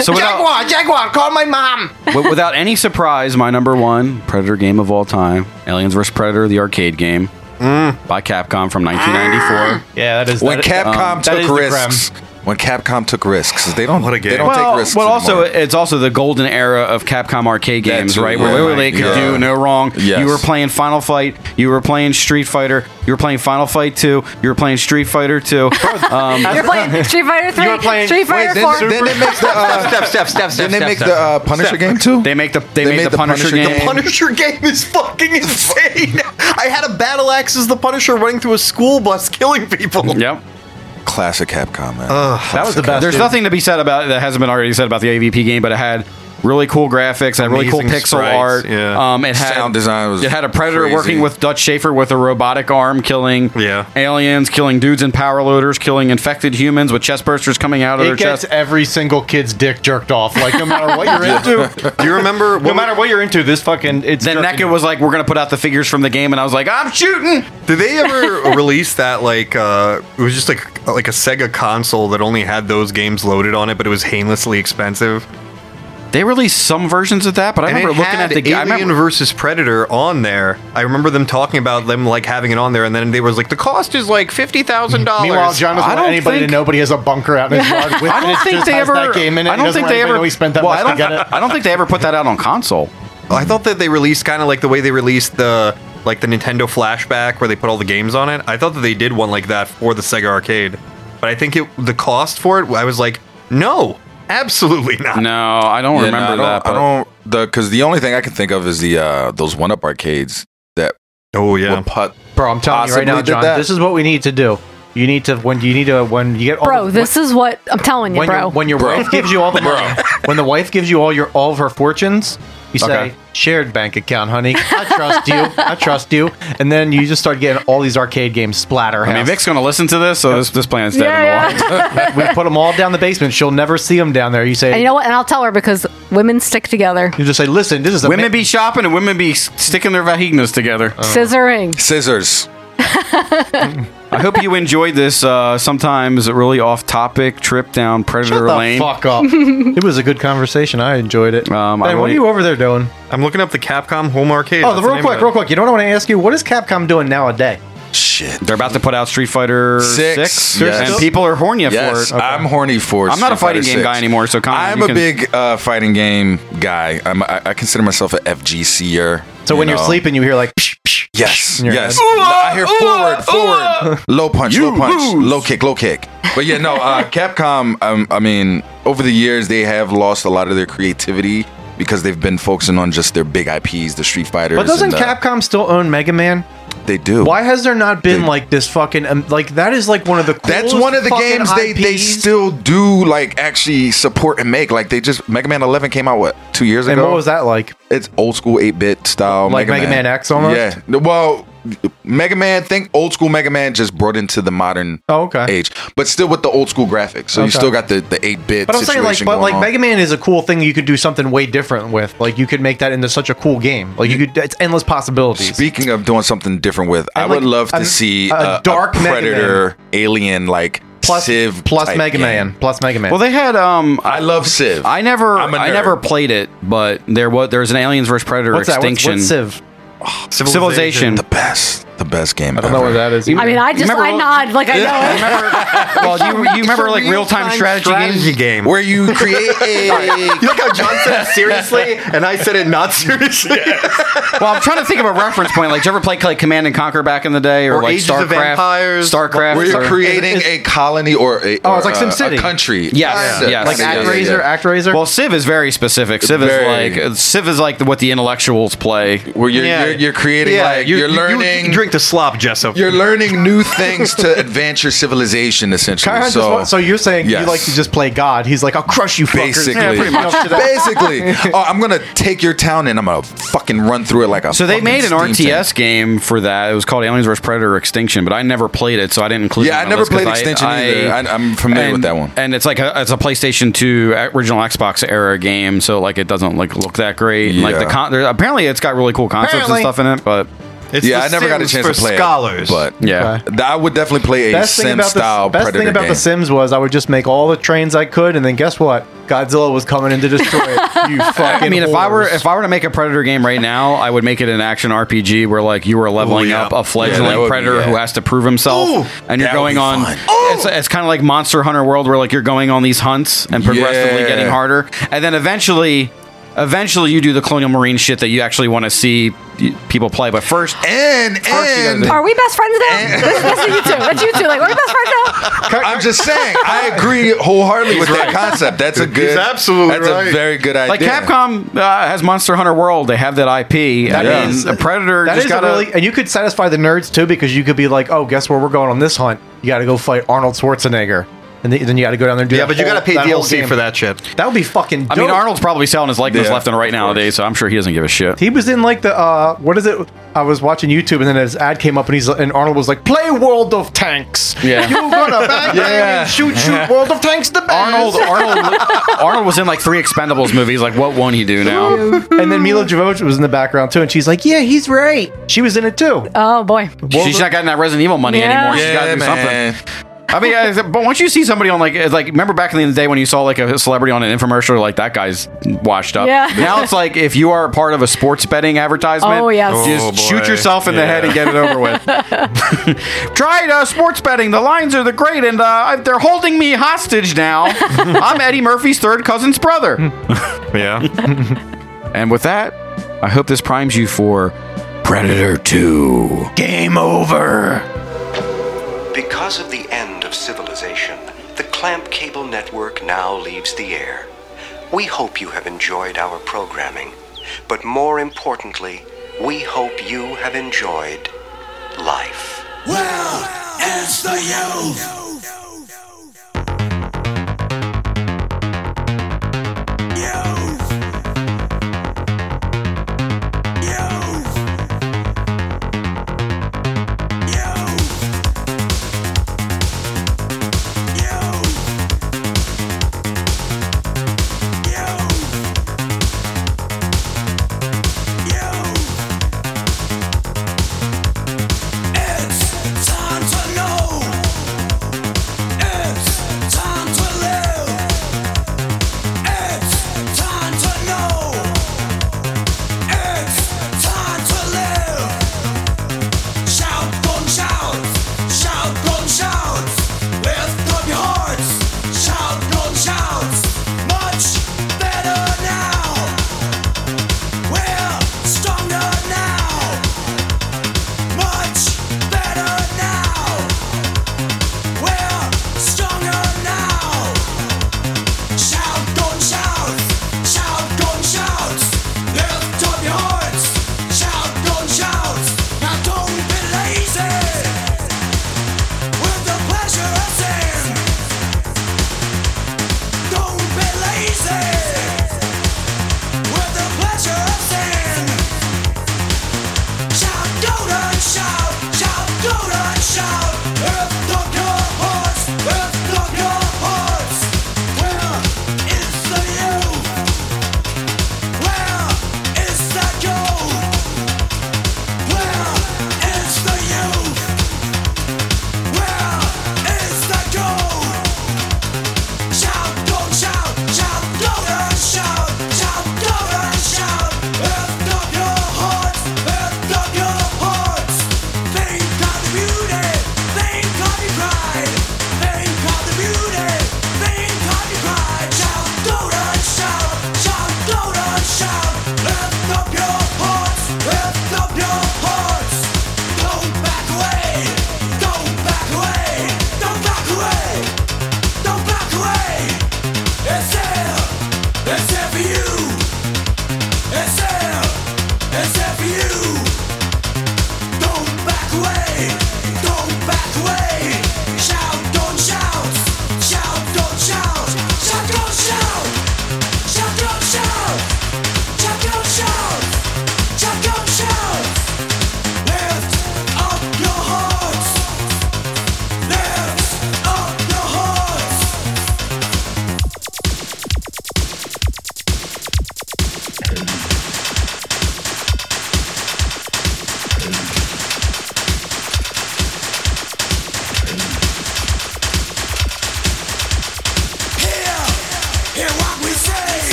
[SPEAKER 6] So without,
[SPEAKER 2] Jaguar, call my mom.
[SPEAKER 6] wi- without any surprise, my number one Predator game of all time, Aliens vs. Predator, the arcade game by Capcom from 1994.
[SPEAKER 2] Yeah, that is
[SPEAKER 3] when
[SPEAKER 2] that-
[SPEAKER 3] Capcom
[SPEAKER 2] um, that is
[SPEAKER 3] took
[SPEAKER 2] the
[SPEAKER 3] risks. When Capcom took risks, they don't.
[SPEAKER 5] What a game.
[SPEAKER 3] They don't
[SPEAKER 6] well,
[SPEAKER 3] take risks.
[SPEAKER 6] well, also
[SPEAKER 3] anymore.
[SPEAKER 6] it's also the golden era of Capcom arcade
[SPEAKER 3] That
[SPEAKER 6] games,
[SPEAKER 3] too,
[SPEAKER 6] right? Where
[SPEAKER 3] yeah.
[SPEAKER 6] literally they could
[SPEAKER 3] Yeah.
[SPEAKER 6] do no wrong.
[SPEAKER 3] Yes.
[SPEAKER 6] You were playing Final Fight, you were playing Street Fighter, you were playing Final Fight Two, you were playing Street Fighter Two. Um,
[SPEAKER 4] You're playing Street Fighter 3,
[SPEAKER 2] were playing-
[SPEAKER 4] Street Fighter
[SPEAKER 3] Wait, then,
[SPEAKER 4] 4.
[SPEAKER 3] then they make the uh,
[SPEAKER 5] step, step, step, step.
[SPEAKER 3] then they
[SPEAKER 5] step,
[SPEAKER 3] make
[SPEAKER 5] step.
[SPEAKER 3] the uh, Punisher game too.
[SPEAKER 6] they make the they, made, the, Punisher, game.
[SPEAKER 5] The Punisher game is fucking insane. I had a battle axe as the Punisher running through a school bus killing people.
[SPEAKER 6] Yep.
[SPEAKER 3] Classic Capcom, man.
[SPEAKER 2] That was the best.
[SPEAKER 6] There's
[SPEAKER 2] dude.
[SPEAKER 6] nothing to be said about that hasn't been already said about the AVP game, but it had really cool graphics, had really cool
[SPEAKER 5] Amazing
[SPEAKER 6] pixel
[SPEAKER 5] sprites,
[SPEAKER 6] art.
[SPEAKER 5] yeah.
[SPEAKER 6] Um, it had
[SPEAKER 3] Sound design was
[SPEAKER 6] it had a predator
[SPEAKER 3] crazy.
[SPEAKER 6] working with Dutch Schaefer with a robotic arm, killing
[SPEAKER 5] Yeah.
[SPEAKER 6] aliens, killing dudes in power loaders, killing infected humans with chest bursters coming out of their
[SPEAKER 2] It gets
[SPEAKER 6] chest.
[SPEAKER 2] every single kid's dick jerked off. Like no matter what you're into,
[SPEAKER 5] Do you remember?
[SPEAKER 2] no matter what you're into, this fucking it's
[SPEAKER 6] Then
[SPEAKER 2] jerking
[SPEAKER 6] NECA
[SPEAKER 2] you.
[SPEAKER 6] was like, "We're gonna put out the figures from the game," and I was like, "I'm shooting."
[SPEAKER 5] Did they ever release that like uh it was just like like a Sega console that only had those games loaded on it, but it was heinously expensive.
[SPEAKER 6] They released some versions of that, but I
[SPEAKER 5] And
[SPEAKER 6] remember
[SPEAKER 5] it
[SPEAKER 6] looking
[SPEAKER 5] had
[SPEAKER 6] at the game. I
[SPEAKER 5] Alien
[SPEAKER 6] remember
[SPEAKER 5] versus Predator on there. I remember them talking about them like having it on there, and then they was like, the cost is like fifty thousand dollars.
[SPEAKER 2] Meanwhile, John doesn't
[SPEAKER 6] I
[SPEAKER 2] want
[SPEAKER 6] don't
[SPEAKER 2] anybody
[SPEAKER 6] think-
[SPEAKER 2] to know, but he has a bunker out in his yard. With
[SPEAKER 6] I
[SPEAKER 2] it.
[SPEAKER 6] don't
[SPEAKER 2] It
[SPEAKER 6] think
[SPEAKER 2] just
[SPEAKER 6] they
[SPEAKER 2] has
[SPEAKER 6] ever.
[SPEAKER 2] that game in it.
[SPEAKER 6] I
[SPEAKER 2] He
[SPEAKER 6] don't
[SPEAKER 2] doesn't
[SPEAKER 6] think
[SPEAKER 2] want anybody
[SPEAKER 6] they
[SPEAKER 2] to
[SPEAKER 6] ever.
[SPEAKER 2] know He spent that
[SPEAKER 6] well, I
[SPEAKER 2] much to
[SPEAKER 6] don't,
[SPEAKER 2] get it.
[SPEAKER 6] I don't think they ever put that out on console.
[SPEAKER 5] I thought that they released kind of like the way they released the like the Nintendo Flashback where they put all the games on it. I thought that they did one like that for the Sega Arcade, but I think it the cost for it. I was like, no, absolutely not.
[SPEAKER 6] No, I don't
[SPEAKER 3] Yeah, no,
[SPEAKER 6] remember
[SPEAKER 3] I
[SPEAKER 6] that.
[SPEAKER 3] don't, I don't the because the only thing I can think of is the uh those one up arcades that
[SPEAKER 5] Oh yeah,
[SPEAKER 3] were put.
[SPEAKER 2] Bro, I'm telling you right
[SPEAKER 3] Possibly
[SPEAKER 2] now,
[SPEAKER 3] did
[SPEAKER 2] John.
[SPEAKER 3] that.
[SPEAKER 2] This is what we need to do. You need to when you need to when you get all
[SPEAKER 4] bro.
[SPEAKER 2] the-
[SPEAKER 4] this is what I'm telling you,
[SPEAKER 2] when
[SPEAKER 4] bro.
[SPEAKER 2] Your, when your
[SPEAKER 3] Bro.
[SPEAKER 2] wife gives you all the money, when the wife gives you all your all of her fortunes, you say
[SPEAKER 6] Okay.
[SPEAKER 2] shared bank account, honey. I trust you. I trust you. And then you just start getting all these arcade games splatter.
[SPEAKER 6] I mean, Vic's gonna listen to this, so this this plan is dead
[SPEAKER 4] Yeah,
[SPEAKER 6] in the water.
[SPEAKER 2] we put them all down the basement. She'll never see them down there. You say.
[SPEAKER 4] and you know what? And I'll tell her because women stick together.
[SPEAKER 2] you just say, listen, this is a Uh-huh.
[SPEAKER 6] women be shopping and women be s- sticking their vaginas together.
[SPEAKER 4] Scissoring.
[SPEAKER 3] Scissors.
[SPEAKER 6] I hope you enjoyed this. Uh, sometimes a really off-topic trip down predator
[SPEAKER 2] Shut the
[SPEAKER 6] lane.
[SPEAKER 2] fuck up. it was a good conversation. I enjoyed it.
[SPEAKER 6] Um, I
[SPEAKER 2] ben, what are
[SPEAKER 6] really-
[SPEAKER 2] you over there doing?
[SPEAKER 5] I'm looking up the Capcom Home Arcade.
[SPEAKER 2] Oh,
[SPEAKER 5] That's
[SPEAKER 2] the
[SPEAKER 5] the
[SPEAKER 2] real
[SPEAKER 5] name
[SPEAKER 2] quick,
[SPEAKER 5] of it.
[SPEAKER 2] real quick. You know what I want to ask you? What is Capcom doing nowadays?
[SPEAKER 3] Shit.
[SPEAKER 6] They're about to put out Street Fighter
[SPEAKER 3] Six,
[SPEAKER 6] Six,
[SPEAKER 3] yes.
[SPEAKER 6] and people are horny up
[SPEAKER 3] Yes,
[SPEAKER 6] for
[SPEAKER 2] Uh,
[SPEAKER 6] it.
[SPEAKER 3] I'm horny for.
[SPEAKER 6] I'm not a
[SPEAKER 3] Street Fighter
[SPEAKER 6] fighting game
[SPEAKER 3] VI.
[SPEAKER 6] guy anymore, so Connor,
[SPEAKER 3] I'm
[SPEAKER 6] you
[SPEAKER 3] a
[SPEAKER 6] can-
[SPEAKER 3] big uh, fighting game guy. I'm, I, I consider myself an FGCer.
[SPEAKER 2] So when
[SPEAKER 3] know.
[SPEAKER 2] you're sleeping, you hear like, psh, psh,
[SPEAKER 3] Yes,
[SPEAKER 2] in your
[SPEAKER 3] yes.
[SPEAKER 2] head.
[SPEAKER 3] I hear forward, forward, low punch, low punch, low kick, low kick. But yeah, no, uh, Capcom. Um, I mean, over the years they have lost a lot of their creativity because they've been focusing on just their big IPs, the Street Fighters.
[SPEAKER 2] but doesn't
[SPEAKER 3] and the-
[SPEAKER 2] Capcom still own Mega Man?
[SPEAKER 3] They do.
[SPEAKER 2] Why has there not been
[SPEAKER 3] They-
[SPEAKER 2] like this fucking um, like that is like one of the coolest
[SPEAKER 3] That's one of the
[SPEAKER 2] fucking
[SPEAKER 3] games they, they
[SPEAKER 2] IPs.
[SPEAKER 3] still do like actually support and make. Like they just Mega Man 11 came out what two years
[SPEAKER 2] and
[SPEAKER 3] ago.
[SPEAKER 2] what was that like?
[SPEAKER 3] It's old school 8 bit style.
[SPEAKER 2] Like Mega Man X almost?
[SPEAKER 3] Yeah. Well, Mega Man, think old school Mega Man just brought into the modern
[SPEAKER 2] Oh, okay.
[SPEAKER 3] age, but still with the old school graphics. So you
[SPEAKER 2] Okay.
[SPEAKER 3] still got the, the 8 bit
[SPEAKER 2] But I'm saying
[SPEAKER 3] situation.
[SPEAKER 2] like, but
[SPEAKER 3] going
[SPEAKER 2] like
[SPEAKER 3] on.
[SPEAKER 2] Mega Man is a cool thing. You could do something way different with. Like you could make that into such a cool game. Like you could, it's endless possibilities.
[SPEAKER 3] Speaking of doing something different with, I
[SPEAKER 2] And,
[SPEAKER 3] would
[SPEAKER 2] like,
[SPEAKER 3] love to
[SPEAKER 2] a-
[SPEAKER 3] see
[SPEAKER 2] a
[SPEAKER 3] a,
[SPEAKER 2] dark
[SPEAKER 3] dark
[SPEAKER 2] Mega
[SPEAKER 3] Predator alien like
[SPEAKER 2] plus
[SPEAKER 3] Civ
[SPEAKER 2] plus
[SPEAKER 3] type
[SPEAKER 2] Mega
[SPEAKER 3] game.
[SPEAKER 2] Man, plus Mega Man.
[SPEAKER 6] Well, they had. Um,
[SPEAKER 3] I love Civ.
[SPEAKER 6] I never,
[SPEAKER 3] I'm a
[SPEAKER 6] I
[SPEAKER 3] nerd.
[SPEAKER 6] never played it, but there was there was an Aliens vs Predator
[SPEAKER 2] what's that? What's,
[SPEAKER 6] extinction.
[SPEAKER 2] what's Civ?
[SPEAKER 6] Civilization.
[SPEAKER 3] the best, the best game.
[SPEAKER 6] Oh,
[SPEAKER 2] I don't know
[SPEAKER 3] ever.
[SPEAKER 2] what that is.
[SPEAKER 4] I mean, I just
[SPEAKER 6] Remember
[SPEAKER 4] I
[SPEAKER 6] all-
[SPEAKER 4] nod like I know it.
[SPEAKER 6] well, do you, you remember like real time strategy,
[SPEAKER 5] strategy
[SPEAKER 6] games?
[SPEAKER 5] game.
[SPEAKER 3] Where you create a
[SPEAKER 5] You like how John said it seriously, and I said it not seriously.
[SPEAKER 6] Well, I'm trying to think of a reference point. Like, did you ever play like Command and Conquer back in the day, or,
[SPEAKER 5] Or
[SPEAKER 6] like
[SPEAKER 5] Ages
[SPEAKER 6] Starcraft?
[SPEAKER 5] of Empires.
[SPEAKER 6] Starcraft.
[SPEAKER 3] Where you're
[SPEAKER 6] or-
[SPEAKER 3] creating a colony or a
[SPEAKER 2] Oh, it's
[SPEAKER 3] or
[SPEAKER 2] like
[SPEAKER 3] a-
[SPEAKER 2] SimCity.
[SPEAKER 3] a country.
[SPEAKER 6] Yes, yes.
[SPEAKER 2] like
[SPEAKER 6] Yeah,
[SPEAKER 2] Act
[SPEAKER 6] yeah,
[SPEAKER 2] Razor, Act Razor.
[SPEAKER 6] well, Civ is very specific. Civ
[SPEAKER 3] Very.
[SPEAKER 6] is like Civ is like what the intellectuals play.
[SPEAKER 3] Where you're, you're you're creating like you're, learning
[SPEAKER 5] You drink the slop, Jessup.
[SPEAKER 3] you're learning new things to advance your civilization essentially.
[SPEAKER 2] Kyron just
[SPEAKER 3] so
[SPEAKER 2] wa- so you're saying you
[SPEAKER 3] Yes.
[SPEAKER 2] like to just play God? He's like, I'll crush you, fuckers.
[SPEAKER 3] basically
[SPEAKER 2] Yeah, pretty much.
[SPEAKER 3] basically oh, I'm gonna take your town and I'm gonna fucking run through it like a
[SPEAKER 6] So they
[SPEAKER 3] fucking
[SPEAKER 6] made an
[SPEAKER 3] steam
[SPEAKER 6] RTS
[SPEAKER 3] tank.
[SPEAKER 6] game for that. It was called Aliens vs Predator Extinction, but I never played it, so I didn't include. it
[SPEAKER 3] Yeah, I
[SPEAKER 6] on my
[SPEAKER 3] never
[SPEAKER 6] list 'cause
[SPEAKER 3] played Extinction either. I- I'm familiar with
[SPEAKER 6] and-
[SPEAKER 3] that one.
[SPEAKER 6] And it's like a, it's a PlayStation 2 uh, original Xbox era game, so like it doesn't like look that great. And, Like the
[SPEAKER 3] Yeah.
[SPEAKER 6] con- there, apparently it's got really cool concepts
[SPEAKER 2] Apparently.
[SPEAKER 6] and stuff in it, but
[SPEAKER 5] It's
[SPEAKER 3] Yeah,
[SPEAKER 5] the
[SPEAKER 3] I never got a
[SPEAKER 5] Sims
[SPEAKER 3] chance
[SPEAKER 5] for
[SPEAKER 3] to play
[SPEAKER 5] scholars.
[SPEAKER 3] it. But
[SPEAKER 6] yeah.
[SPEAKER 2] Okay.
[SPEAKER 3] I would definitely play a
[SPEAKER 2] best thing
[SPEAKER 3] Sim
[SPEAKER 2] about
[SPEAKER 3] style
[SPEAKER 2] the best
[SPEAKER 3] Predator
[SPEAKER 2] thing about
[SPEAKER 3] game.
[SPEAKER 2] the Sims was I would just make all the trains I could, and then guess what? Godzilla was coming in to destroy it. You fucking.
[SPEAKER 6] I mean, if I were
[SPEAKER 2] whores.
[SPEAKER 6] if I were to make a predator game right now, I would make it an action RPG where like you are leveling
[SPEAKER 5] yeah.
[SPEAKER 6] up a fledgling
[SPEAKER 3] Yeah, that would be-
[SPEAKER 6] predator
[SPEAKER 3] yeah.
[SPEAKER 6] who has to prove himself,
[SPEAKER 3] Ooh,
[SPEAKER 6] and you're
[SPEAKER 3] that
[SPEAKER 6] going
[SPEAKER 3] would be
[SPEAKER 6] on.
[SPEAKER 3] fun.
[SPEAKER 6] It's, it's kind of like Monster Hunter World where like you're going on these hunts and progressively
[SPEAKER 3] Yeah.
[SPEAKER 6] getting harder, and then eventually, eventually you do the Colonial Marine shit that you actually want to see y- people play. But first,
[SPEAKER 3] and and
[SPEAKER 4] Are we best friends now? that's, that's you two. That's you two. Like, are we best friends now?
[SPEAKER 3] I'm just saying, I agree wholeheartedly with that concept. That's a good,
[SPEAKER 5] absolutely
[SPEAKER 3] that's
[SPEAKER 5] right.
[SPEAKER 3] a very good idea.
[SPEAKER 6] like Capcom uh, has Monster Hunter World, they have that IP. I
[SPEAKER 3] Yeah.
[SPEAKER 6] mean,
[SPEAKER 3] is-
[SPEAKER 6] a predator
[SPEAKER 2] that
[SPEAKER 6] just
[SPEAKER 2] is
[SPEAKER 6] got to
[SPEAKER 2] a really, and you could satisfy the nerds too because you could be like, oh, guess where we're going on this hunt? You got to go fight Arnold Schwarzenegger. and th- then you got to go down there. and do
[SPEAKER 5] Yeah,
[SPEAKER 2] that
[SPEAKER 5] but you
[SPEAKER 2] whole-
[SPEAKER 5] gotta pay
[SPEAKER 2] that whole
[SPEAKER 5] DLC
[SPEAKER 2] game.
[SPEAKER 5] for that shit.
[SPEAKER 2] That would be fucking.
[SPEAKER 6] I
[SPEAKER 2] Dope.
[SPEAKER 6] mean, Arnold's probably selling his likeness
[SPEAKER 3] Yeah,
[SPEAKER 6] left and right nowadays, so I'm sure he doesn't give a shit.
[SPEAKER 2] He was in like the uh, what is it? I was watching YouTube and then his ad came up and he's and Arnold was like, "Play World of Tanks."
[SPEAKER 6] Yeah.
[SPEAKER 2] you gonna bang, bang and shoot shoot World of Tanks the best.
[SPEAKER 6] Arnold, Arnold, Arnold was in like three Expendables movies. Like, what won't he do now?
[SPEAKER 2] and then Mila Jovovich was in the background too, and she's like, "Yeah, he's right." She was in it too.
[SPEAKER 4] Oh boy.
[SPEAKER 6] She's not getting that Resident Evil money
[SPEAKER 4] Yeah.
[SPEAKER 6] anymore. She's got to do something. I mean, I, but once you see somebody on like it's like remember back in the day when you saw like a celebrity on an infomercial, like that guy's washed up.
[SPEAKER 4] Yeah.
[SPEAKER 6] Now it's like if you are a part of a sports betting advertisement,
[SPEAKER 4] Oh, yes.
[SPEAKER 6] just
[SPEAKER 5] Oh, boy.
[SPEAKER 6] shoot yourself in the head and get it over with. Try uh, sports betting. The lines are the great, and uh, I- they're holding me hostage now. I'm Eddie Murphy's third cousin's brother.
[SPEAKER 5] Yeah.
[SPEAKER 6] And with that, I hope this primes you for Predator Two.
[SPEAKER 8] Game over.
[SPEAKER 9] Because of the end of civilization, the Clamp Cable Network now leaves the air. We hope you have enjoyed our programming, but more importantly, we hope you have enjoyed life.
[SPEAKER 10] Well, it's the youth.